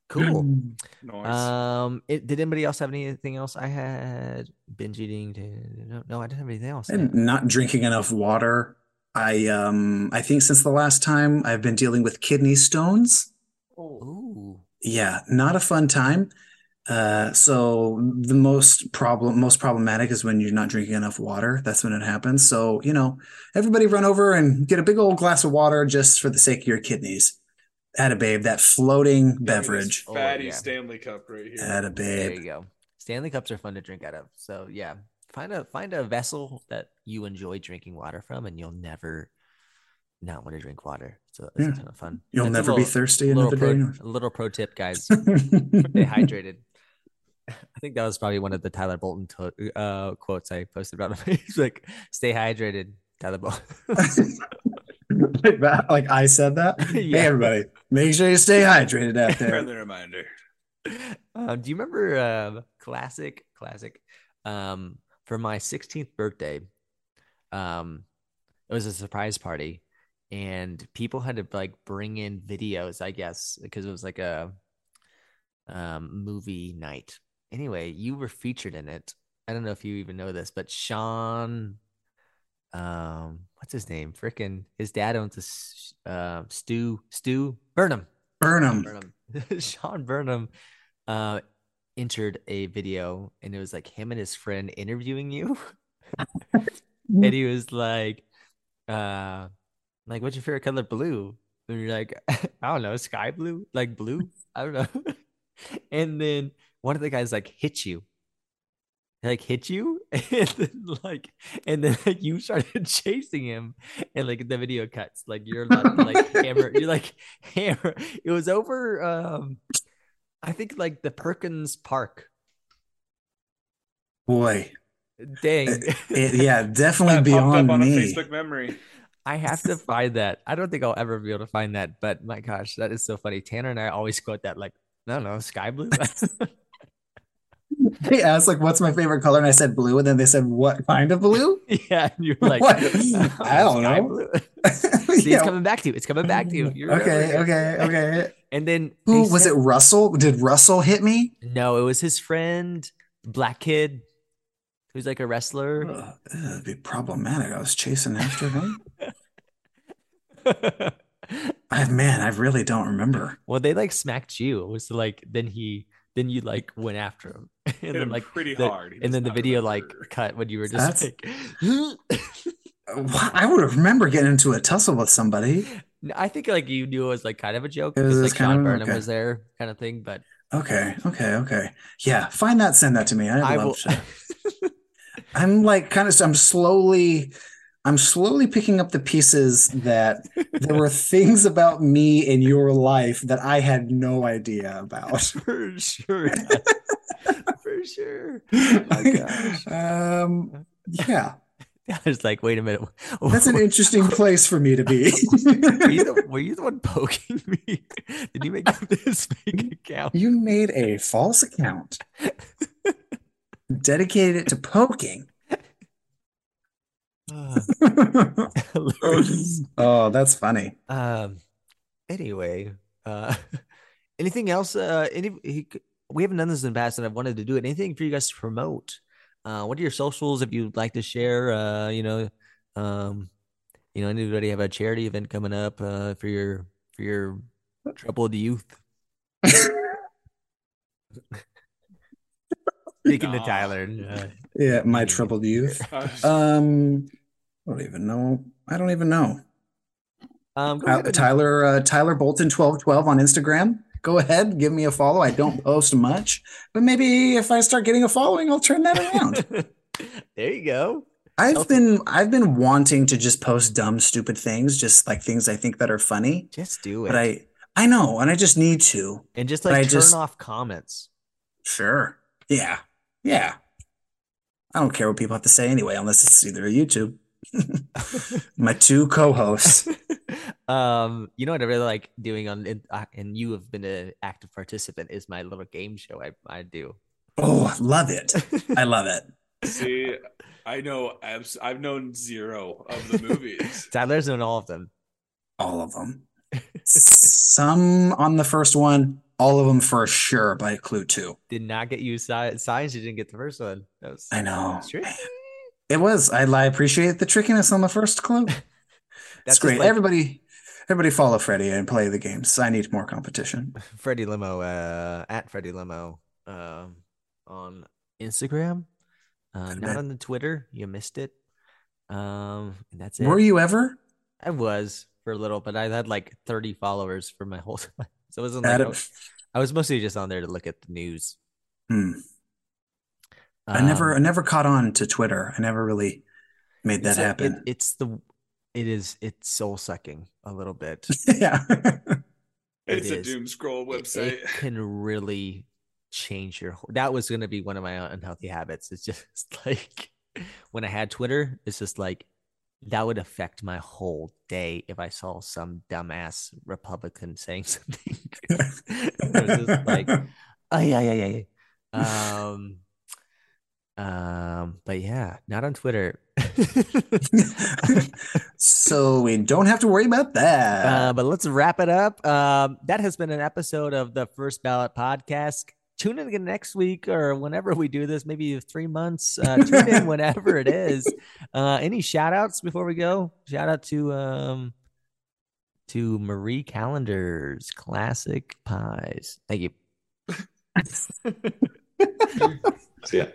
[SPEAKER 2] cool.
[SPEAKER 4] noise.
[SPEAKER 2] Um, it, did anybody else have anything else? I had binge eating. To, no, no, I didn't have anything else.
[SPEAKER 3] And not drinking enough water. I um I think since the last time I've been dealing with kidney stones.
[SPEAKER 4] oh,
[SPEAKER 2] Ooh,
[SPEAKER 3] Yeah, not a fun time. Uh, so the most problem, most problematic is when you're not drinking enough water. That's when it happens. So, you know, everybody run over and get a big old glass of water just for the sake of your kidneys. Atta babe, that floating beverage.
[SPEAKER 2] Oh,
[SPEAKER 4] fatty
[SPEAKER 2] yeah.
[SPEAKER 4] Stanley Cup right here.
[SPEAKER 3] Atta
[SPEAKER 2] there
[SPEAKER 3] babe.
[SPEAKER 2] you go. Stanley cups are fun to drink out of. So yeah, find a find a vessel that you enjoy drinking water from, and you'll never not want to drink water. So it's
[SPEAKER 3] Yeah.
[SPEAKER 2] a ton of fun.
[SPEAKER 3] You'll
[SPEAKER 2] That's a
[SPEAKER 3] never be
[SPEAKER 2] little-
[SPEAKER 3] thirsty
[SPEAKER 2] Little
[SPEAKER 3] another day.
[SPEAKER 2] pro, little pro tip, guys. Stay hydrated. I think that was probably one of the Tyler Bolton to- uh, quotes I posted about him. He's like, "Stay hydrated, Tyler Bolton."
[SPEAKER 3] Like that- like I said that.
[SPEAKER 2] Yeah.
[SPEAKER 3] Hey, everybody, make sure you stay hydrated out there.
[SPEAKER 4] Friendly reminder.
[SPEAKER 2] um, do you remember um classic classic um, for my 16th birthday? Um, it was a surprise party, and people had to like bring in videos, I guess, because it was like a um, movie night. Anyway, you were featured in it. I don't know if you even know this, but Sean, um, what's his name? Frickin' his dad owns a s- uh, Stu Stu Burnham.
[SPEAKER 3] Burn
[SPEAKER 2] Sean
[SPEAKER 3] 'em.
[SPEAKER 2] Burnham. Sean Burnham uh, entered a video, and it was like him and his friend interviewing you, and he was like, uh, "Like, what's your favorite color? Blue." And you're like, "I don't know, sky blue, like blue. I don't know." and then one of the guys like hit you. Like hit you, and then like, and then like you started chasing him, and like the video cuts. Like you're like, like hammer, you're like hammer. It was over. Um, I think like the Perkins Park.
[SPEAKER 3] Boy,
[SPEAKER 2] Dang,
[SPEAKER 3] it, yeah, definitely
[SPEAKER 4] That popped
[SPEAKER 3] beyond
[SPEAKER 4] up on a
[SPEAKER 3] me.
[SPEAKER 4] Facebook memory.
[SPEAKER 2] I have to find that. I don't think I'll ever be able to find that. But my gosh, that is so funny. Tanner and I always quote that. Like, no, no, sky blue.
[SPEAKER 3] They asked like, "What's my favorite color?" and I said blue, and then they said, "What kind of blue?"
[SPEAKER 2] yeah, and you're like,
[SPEAKER 3] What?
[SPEAKER 2] "I don't
[SPEAKER 3] I don't
[SPEAKER 2] sky
[SPEAKER 3] know."
[SPEAKER 2] blue." See,
[SPEAKER 3] Yeah.
[SPEAKER 2] it's coming back to you. It's coming back to you. You
[SPEAKER 3] okay,
[SPEAKER 2] remember it.
[SPEAKER 3] okay, okay.
[SPEAKER 2] And then
[SPEAKER 3] Who
[SPEAKER 2] they
[SPEAKER 3] was
[SPEAKER 2] sent-
[SPEAKER 3] it? Russell? Did Russell hit me?
[SPEAKER 2] No, it was his friend, Black Kid, who's like a wrestler.
[SPEAKER 3] Ugh, That'd be problematic. I was chasing after him. I man, I really don't remember.
[SPEAKER 2] well, they like smacked you. It was like then he then you like went after him, and
[SPEAKER 4] Hit
[SPEAKER 2] then
[SPEAKER 4] him
[SPEAKER 2] like
[SPEAKER 4] pretty
[SPEAKER 2] the-
[SPEAKER 4] hard. He does
[SPEAKER 2] and then the
[SPEAKER 4] not
[SPEAKER 2] video
[SPEAKER 4] remember.
[SPEAKER 2] like cut when you were just like.
[SPEAKER 3] Wh- I would remember getting into a tussle with somebody.
[SPEAKER 2] No, I think like you knew it was like kind of a joke
[SPEAKER 3] It was
[SPEAKER 2] because like
[SPEAKER 3] just kind
[SPEAKER 2] Sean
[SPEAKER 3] of-
[SPEAKER 2] Burnham
[SPEAKER 3] okay.
[SPEAKER 2] was there, kind of thing. But
[SPEAKER 3] Okay, okay, okay. Yeah, find that. Send that to me. I
[SPEAKER 2] I
[SPEAKER 3] love.
[SPEAKER 2] will.
[SPEAKER 3] Shit. I'm like kind of. I'm slowly. I'm slowly picking up the pieces that there were things about me in your life that I had no idea about.
[SPEAKER 2] for sure, for sure. my gosh.
[SPEAKER 3] um, yeah,
[SPEAKER 2] I was like, wait a minute.
[SPEAKER 3] that's an interesting place for me to be.
[SPEAKER 2] were, you the, were you the one poking me? Did you make up this fake account?
[SPEAKER 3] you made a false account, dedicated it to poking.
[SPEAKER 2] Ah, hilarious.
[SPEAKER 3] oh, that's funny.
[SPEAKER 2] Um. Anyway, uh, anything else? Uh, any he, we haven't done this in the past, and I've wanted to do it. Anything for you guys to promote? Uh, what are your socials if you'd like to share? Uh, you know, um, you know, anybody have a charity event coming up uh, for your for your troubled youth? Speaking to
[SPEAKER 4] Nah.
[SPEAKER 2] Tyler, uh,
[SPEAKER 3] Yeah, my troubled youth.
[SPEAKER 4] Uh,
[SPEAKER 3] Um, I don't even know. I don't even know.
[SPEAKER 2] um, go
[SPEAKER 3] Uh,
[SPEAKER 2] ahead and-
[SPEAKER 3] Tyler uh, Tyler Bolton twelve twelve on Instagram. Go ahead, give me a follow. I don't post much, but maybe if I start getting a following, I'll turn that around.
[SPEAKER 2] there you go.
[SPEAKER 3] I've been I've been wanting to just post dumb, stupid things, just like things I think that are funny.
[SPEAKER 2] Just do it,
[SPEAKER 3] But I I know, and I just need to.
[SPEAKER 2] and just
[SPEAKER 3] but
[SPEAKER 2] like
[SPEAKER 3] I
[SPEAKER 2] turn
[SPEAKER 3] just-
[SPEAKER 2] off comments.
[SPEAKER 3] Sure. Yeah. Yeah. I don't care what people have to say anyway, unless it's either YouTube. My two co-hosts.
[SPEAKER 2] um, you know what I really like doing on, in- uh, and you have been an active participant is my little game show I I do.
[SPEAKER 3] Oh, I love it. I love it.
[SPEAKER 4] See, I know. Abs- I've known zero of the movies.
[SPEAKER 2] Tyler's in all of them.
[SPEAKER 3] All of them. Some on the first one, all of them for sure by clue two.
[SPEAKER 2] Did not get you si- signs. You didn't get the first one. That was
[SPEAKER 3] I know.
[SPEAKER 2] Sure.
[SPEAKER 3] It was. I, I appreciate the trickiness on the first clue. That's
[SPEAKER 2] That's
[SPEAKER 3] great.
[SPEAKER 2] great. Like
[SPEAKER 3] everybody, everybody follow Freddy and play the games. I need more competition.
[SPEAKER 2] Freddie Limo, uh, at Freddie Limo, um, on Instagram, uh, not
[SPEAKER 3] bet.
[SPEAKER 2] on the Twitter. You missed it. Um, and that's it.
[SPEAKER 3] Were you ever?
[SPEAKER 2] I was for a little, but I had like 30 followers for my whole time. So it wasn't like I
[SPEAKER 3] Adam,
[SPEAKER 2] was, I was mostly just on there to look at the news.
[SPEAKER 3] hmm. I never, I
[SPEAKER 2] Um,
[SPEAKER 3] never caught on to Twitter. I never really made that
[SPEAKER 2] it's a- it-
[SPEAKER 3] happen.
[SPEAKER 2] it's the, it is, it's soul sucking a little bit.
[SPEAKER 3] yeah,
[SPEAKER 2] It
[SPEAKER 4] it's a
[SPEAKER 2] is.
[SPEAKER 4] doom scroll
[SPEAKER 2] It-
[SPEAKER 4] website.
[SPEAKER 2] It, can really change your. wh- That was going to be one of my unhealthy habits. It's just like when I had Twitter, it's just like that would affect my whole day if I saw some dumbass Republican saying something. it was just like, oh yeah, yeah, yeah, yeah. Um, um, but yeah, not on Twitter.
[SPEAKER 3] so we don't have to worry about that.
[SPEAKER 2] Uh, but let's wrap it up. Um, that has been an episode of the First Ballot Podcast. Tune in again next week or whenever we do this, maybe three months. Uh, tune in whenever it is. Uh, any shout outs before we go? Shout out to um, to Marie Callender's Classic Pies. Thank you.
[SPEAKER 4] See ya.